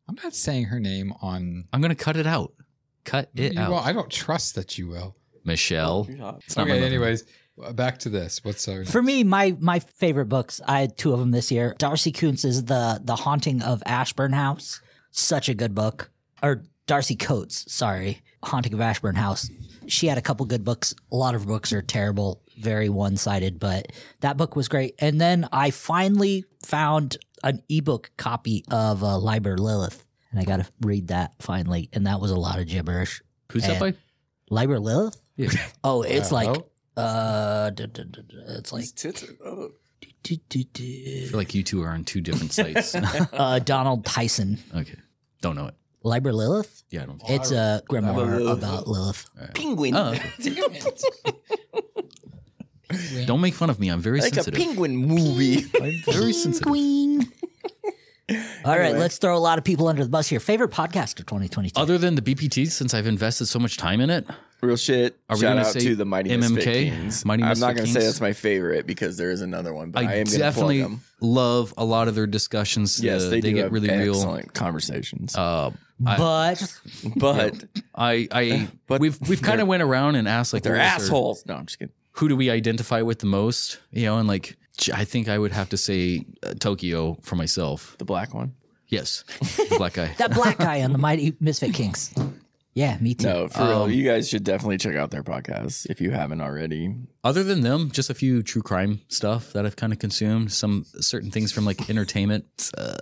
Speaker 5: I'm not saying her name on.
Speaker 3: I'm gonna cut it out. Cut it
Speaker 5: You
Speaker 3: out,
Speaker 5: won't- I don't trust that you will.
Speaker 3: Michelle. It's not my
Speaker 5: okay.
Speaker 3: mother-in-law.
Speaker 5: Anyways, back to this. What's our?
Speaker 2: For me, my my favorite books, I had two of them this year. Darcy Koontz is the the haunting of Ashburn House. Such a good book. Or Darcy Coates, sorry, haunting of Ashburn House. She had a couple good books. A lot of her books are terrible, very one sided, but that book was great. And then I finally found an ebook copy of uh, Liber Lilith, and I got to read that finally. And that was a lot of gibberish.
Speaker 3: Who's that
Speaker 2: Eh.
Speaker 3: by?
Speaker 2: Liber Lilith?
Speaker 3: Yeah.
Speaker 2: Oh, it's
Speaker 5: Wow.
Speaker 2: like. Uh, duh, duh, duh, duh, it's like duh, duh, duh.
Speaker 3: I feel like you two are on two different sites.
Speaker 2: uh, Donald Tyson,
Speaker 3: okay, don't know it.
Speaker 2: Liber Lilith.
Speaker 3: Yeah, I don't.
Speaker 2: It's a grimoire about Lilith.
Speaker 4: Penguin.
Speaker 3: Oh, okay. Don't make fun of me. I'm very
Speaker 4: like a
Speaker 3: sensitive.
Speaker 4: penguin movie.
Speaker 3: I'm very sensitive.
Speaker 2: All right, let's throw a lot of people under the bus here. Favorite podcast of 2022?
Speaker 3: Other than the BPT, since I've invested so much time in it,
Speaker 4: Real shit.
Speaker 3: Are we
Speaker 4: Shout
Speaker 3: gonna
Speaker 4: out
Speaker 3: say
Speaker 4: to the Mighty Misfit
Speaker 3: MMK?
Speaker 4: Kings.
Speaker 3: Mighty
Speaker 4: I'm
Speaker 3: Misfit
Speaker 4: not going to say
Speaker 3: Kings?
Speaker 4: that's my favorite because there is another one, but
Speaker 3: I,
Speaker 4: I, am going to plug
Speaker 3: definitely
Speaker 4: them.
Speaker 3: love a lot of their discussions.
Speaker 4: Yes,
Speaker 3: Uh,
Speaker 4: they, do
Speaker 3: get
Speaker 4: have
Speaker 3: really
Speaker 4: excellent conversations.
Speaker 3: real. Uh,
Speaker 2: but
Speaker 4: but
Speaker 3: I, I,
Speaker 4: But
Speaker 3: we've we've kind
Speaker 4: they're-
Speaker 3: of went around and asked like
Speaker 4: they're
Speaker 3: what was their-
Speaker 4: assholes. No, I'm just kidding.
Speaker 3: who do we identify with the most? You know, and like j- I think I would have to say uh, Tokyo for myself.
Speaker 4: The black one.
Speaker 3: Yes, the black guy.
Speaker 2: that black guy on the Mighty Misfit Kings. Yeah, me too.
Speaker 4: No, for
Speaker 3: Um,
Speaker 4: real. You guys should definitely check out their podcast if you haven't already.
Speaker 3: Other than them, just a few true crime stuff that I've kind of consumed. Some certain things from like entertainment. Uh,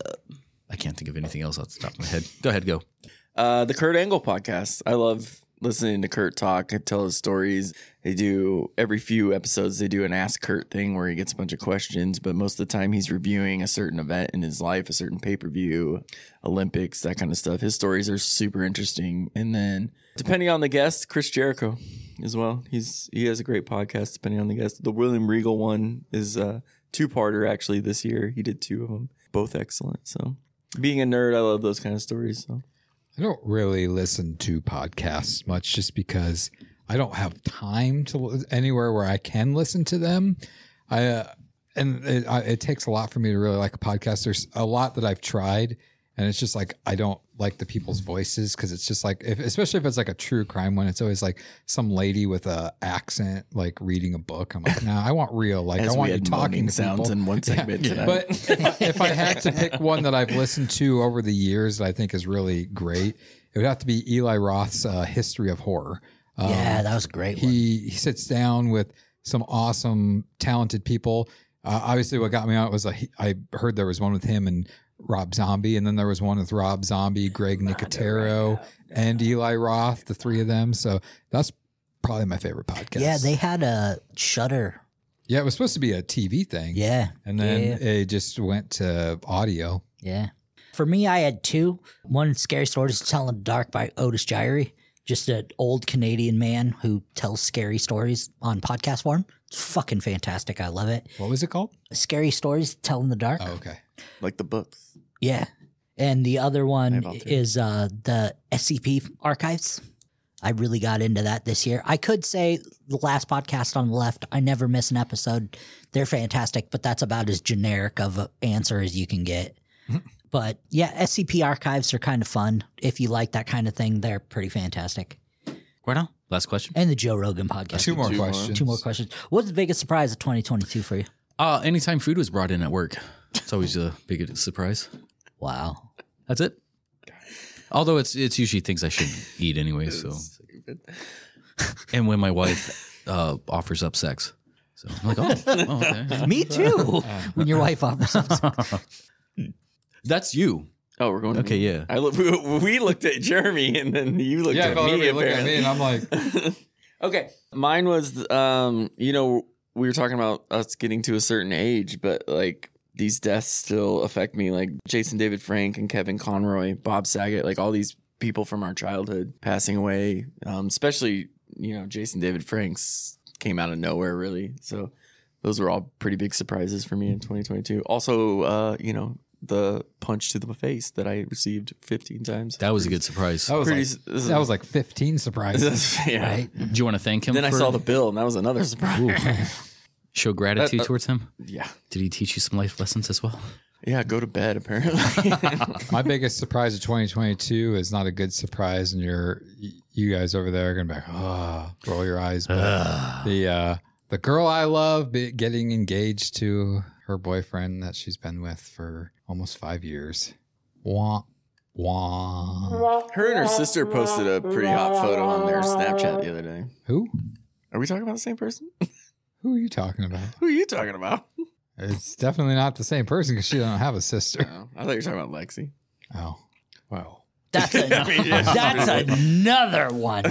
Speaker 3: I can't think of anything else off the top of my head. Go ahead, go.
Speaker 4: Uh, the Kurt Angle podcast. I love listening to Kurt talk and tell his stories. They do every few episodes, they do an Ask Kurt thing where he gets a bunch of questions, but most of the time he's reviewing a certain event in his life, a certain pay per view, Olympics, that kind of stuff. His stories are super interesting. And then, depending on the guest, Chris Jericho as well. He's he has a great podcast. Depending on the guest, the William Regal one is a two parter actually this year. He did two of them, both excellent. So, being a nerd, I love those kind of stories. So.
Speaker 5: I don't really listen to podcasts much, just because I don't have time to li- anywhere where I can listen to them. I uh, and it, I, it takes a lot for me to really like a podcast. There's a lot that I've tried, and it's just like I don't like the people's voices because it's just like, if, especially if it's like a true crime one, it's always like some lady with a accent like reading a book. I'm like, nah, I want real. Like I want you talking to people.
Speaker 4: one
Speaker 5: Yeah. But if I, if I had to pick one that I've listened to over the years that I think is really great, it would have to be Eli Roth's uh, History of Horror. Um,
Speaker 2: yeah, that was a great one.
Speaker 5: he he sits down with some awesome, talented people. Uh, obviously, what got me on it was like, he- I heard there was one with him and Rob Zombie, and then there was one with Rob Zombie, Greg Nicotero, and Eli Roth, the three of them. So that's probably my favorite podcast.
Speaker 2: Yeah, they had a Shutter.
Speaker 5: yeah, it was supposed to be a TV thing.
Speaker 2: Yeah,
Speaker 5: And then
Speaker 2: Yeah.
Speaker 5: it just went to audio.
Speaker 2: Yeah. For me, I had two. One scary stories to tell in the dark by Otis Gyrie, just an old Canadian man who tells scary stories on podcast form. It's fucking fantastic. I love it.
Speaker 5: What was it called?
Speaker 2: Scary stories to tell in the dark.
Speaker 5: Oh, okay.
Speaker 4: like the books.
Speaker 2: Yeah. And the other one
Speaker 4: have all two.
Speaker 2: is uh, the SCP archives. I really got into that this year. I could say the last podcast on the left, I never miss an episode. They're fantastic, but that's about as generic of an answer as you can get.
Speaker 5: Mm-hmm.
Speaker 2: but yeah, E SCP archives are kind of fun. If you like that kind of thing, they're pretty fantastic.
Speaker 3: Right on. Last question.
Speaker 2: and the Joe Rogan podcast.
Speaker 5: Two more
Speaker 4: Two more.
Speaker 5: questions.
Speaker 2: Two more questions. What's the biggest surprise of 2022 for you?
Speaker 3: Uh, anytime food was brought in at work, it's always a big surprise.
Speaker 2: Wow.
Speaker 3: That's it. Although it's it's usually things I shouldn't eat anyway. So, and when my wife uh, offers up sex, so I'm like, oh, oh, okay.
Speaker 2: Me too.
Speaker 5: Uh,
Speaker 2: when your wife offers up
Speaker 3: that's you.
Speaker 4: Oh, we're going. to
Speaker 3: Okay,
Speaker 4: me.
Speaker 3: yeah.
Speaker 4: I look. We, we looked at Jeremy, and then you looked
Speaker 5: Yeah, I
Speaker 4: at
Speaker 5: felt
Speaker 4: me.
Speaker 5: everybody looking at me,
Speaker 4: apparently.
Speaker 5: and I'm like,
Speaker 4: okay, mine was. Um, you know, we were talking about us getting to a certain age, but like these deaths still affect me. Like Jason David Frank and Kevin Conroy, Bob Saget, like all these people from our childhood passing away. Um, especially you know Jason David Frank's came out of nowhere really. So those were all pretty big surprises for me in 2022. Also, uh, you know. The punch to the face that I received 15 times.
Speaker 3: That was a good surprise.
Speaker 5: that was,
Speaker 4: Pretty
Speaker 5: like,
Speaker 4: s- this is-
Speaker 5: that was like 15 surprises.
Speaker 4: yeah.
Speaker 2: right.
Speaker 3: Do you want to thank him?
Speaker 4: Mm-hmm. Then I
Speaker 3: for-
Speaker 4: saw the bill, and that was another surprise.
Speaker 3: show gratitude
Speaker 4: Uh, uh,
Speaker 3: towards him.
Speaker 4: Yeah,
Speaker 3: Did he teach you some life lessons as well?
Speaker 4: yeah. Go to bed. Apparently,
Speaker 5: My biggest surprise of 2022 is not a good surprise, and you're you guys over there are gonna be like, ah, roll your eyes. But the uh, the girl I love be getting engaged to her boyfriend that she's been with for almost five years. Wah wah.
Speaker 4: her and her sister posted a pretty hot photo on their Snapchat the other day.
Speaker 5: Who?
Speaker 4: Are we talking about the same person?
Speaker 5: Who are you talking about?
Speaker 4: Who are you talking about?
Speaker 5: It's definitely not the same person because she don't have a sister.
Speaker 4: Oh, I thought you were talking about Lexi.
Speaker 5: Oh, well,
Speaker 2: That's, a,
Speaker 4: mean, yeah.
Speaker 2: that's another one.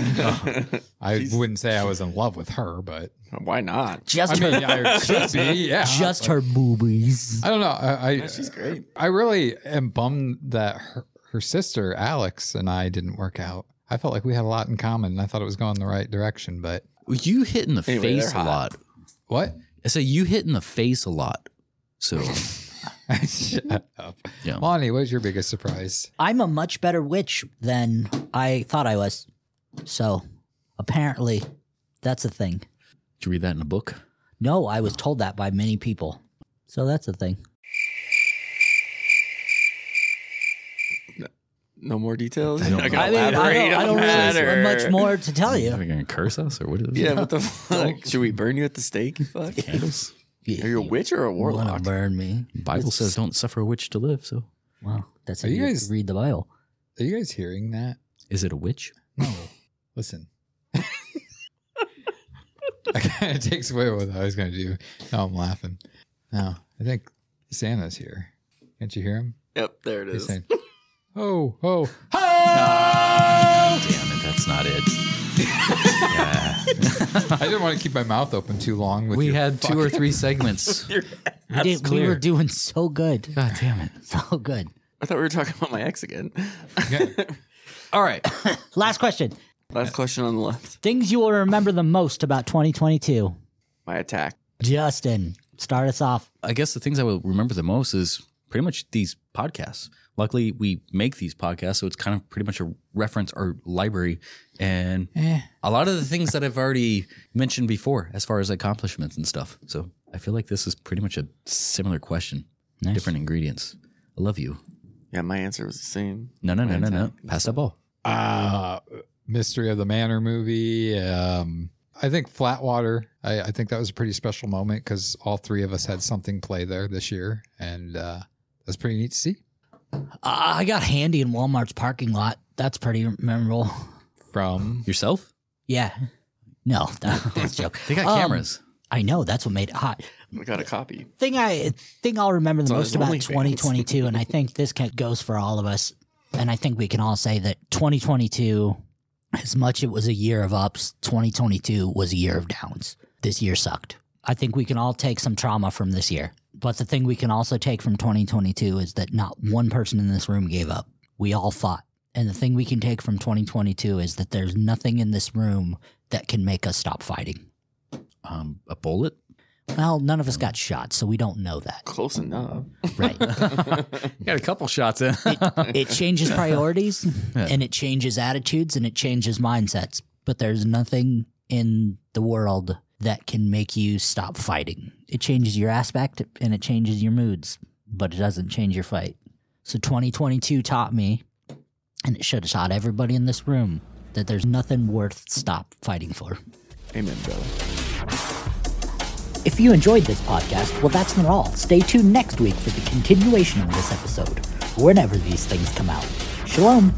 Speaker 5: I wouldn't say I was in love with her, but
Speaker 4: Why not?
Speaker 5: I
Speaker 2: Just
Speaker 5: mean,
Speaker 2: her,
Speaker 5: I should be, yeah.
Speaker 2: just her boobies.
Speaker 5: I don't know. I, I
Speaker 4: She's great.
Speaker 5: I really am bummed that her, her sister Alex and I didn't work out. I felt like we had a lot in common, and I thought it was going the right direction. But
Speaker 3: You hit in the
Speaker 4: Anyway, they're
Speaker 3: face a
Speaker 4: hot.
Speaker 3: lot.
Speaker 5: what?
Speaker 3: I say you hit in the face a lot. So
Speaker 5: Shut up,
Speaker 3: Yeah.
Speaker 5: Lonnie. What was your biggest surprise?
Speaker 2: I'm a much better witch than I thought I was. So apparently, that's a thing.
Speaker 3: did you read that in a book?
Speaker 2: No, I was told that by many people. So that's a thing.
Speaker 4: No more details.
Speaker 3: I don't
Speaker 4: You're
Speaker 3: know.
Speaker 4: not
Speaker 2: I mean,
Speaker 4: gonna
Speaker 2: I
Speaker 4: elaborate
Speaker 2: don't, I
Speaker 4: on
Speaker 2: don't
Speaker 4: that,
Speaker 2: really
Speaker 4: or-
Speaker 2: much more to tell
Speaker 3: Are
Speaker 2: you.
Speaker 3: you gonna curse us or what is
Speaker 4: Oh, Yeah, what the fuck? Should we burn you at the stake? you Fuck.
Speaker 3: Candles.
Speaker 4: Are you a witch or a warlock?
Speaker 2: Want to burn me?
Speaker 3: Bible says don't suffer a witch to live, so
Speaker 2: Wow, that's how
Speaker 5: Are you
Speaker 2: you
Speaker 5: guys-
Speaker 2: read the Bible.
Speaker 5: Are you guys hearing that?
Speaker 3: is it a witch?
Speaker 5: No. Listen. that kind of takes away what I was going to do. Now I'm laughing. No, I think Santa's here. Can't you hear him?
Speaker 4: Yep, there it
Speaker 5: He's
Speaker 4: is.
Speaker 5: saying, "Oh, oh,
Speaker 3: Damn it, that's not it.
Speaker 5: I didn't want to keep my mouth open too long. With
Speaker 3: We
Speaker 5: your
Speaker 3: had two or three segments.
Speaker 2: We, did, we
Speaker 3: clear.
Speaker 2: were doing so good,
Speaker 3: God damn it.
Speaker 2: so good.
Speaker 4: I thought we were talking about my ex again.
Speaker 3: All right.
Speaker 2: Last question:
Speaker 4: Last question on the left.
Speaker 2: Things you will remember the most about 2022.
Speaker 4: My attack.
Speaker 2: Justin, start us off.
Speaker 3: I guess the things I will remember the most is pretty much these podcasts. Luckily, we make these podcasts, so it's kind of pretty much a reference or library. And a lot of the things that I've already mentioned before, as far as accomplishments and stuff. So I feel like this is pretty much a similar question, different ingredients. I love you.
Speaker 4: Yeah, my answer was the same.
Speaker 3: No, no, no, no, no. Pass that ball.
Speaker 5: uh mystery of the manor movie um i think flatwater i, I think that was a pretty special moment because all three of us had something play there this year and uh that's pretty neat to see
Speaker 2: Uh, I got handy in Walmart's parking lot. That's pretty memorable.
Speaker 5: from
Speaker 3: Yourself?
Speaker 2: Yeah. No, that, that's a joke.
Speaker 3: They got
Speaker 2: Um,
Speaker 3: cameras.
Speaker 2: I know that's what made it hot.
Speaker 4: I got a copy.
Speaker 2: Thing I thing I'll remember the
Speaker 4: So
Speaker 2: most
Speaker 4: there's
Speaker 2: about
Speaker 4: OnlyFans.
Speaker 2: 2022, and I think this ca- goes for all of us, and I think we can all say that 2022, as much it was a year of ups, 2022 was a year of downs. This year sucked. I think we can all take some trauma from this year, but the thing we can also take from 2022 is that not one person in this room gave up. We all fought, and the thing we can take from 2022 is that there's nothing in this room that can make us stop fighting.
Speaker 3: Um, a bullet?
Speaker 2: Well, none of us got shot, so we don't know that.
Speaker 4: Close enough.
Speaker 2: Right.
Speaker 3: Got a couple shots in.
Speaker 2: it changes priorities and it changes attitudes and it changes mindsets. But there's nothing in the world that can make you stop fighting. It changes your aspect and it changes your moods, but it doesn't change your fight. So 2022 taught me, and it should have taught everybody in this room, that there's nothing worth stop fighting for.
Speaker 4: Amen, brother.
Speaker 2: If you enjoyed this podcast, well, that's not all. Stay tuned next week for the continuation of this episode, whenever these things come out. Shalom.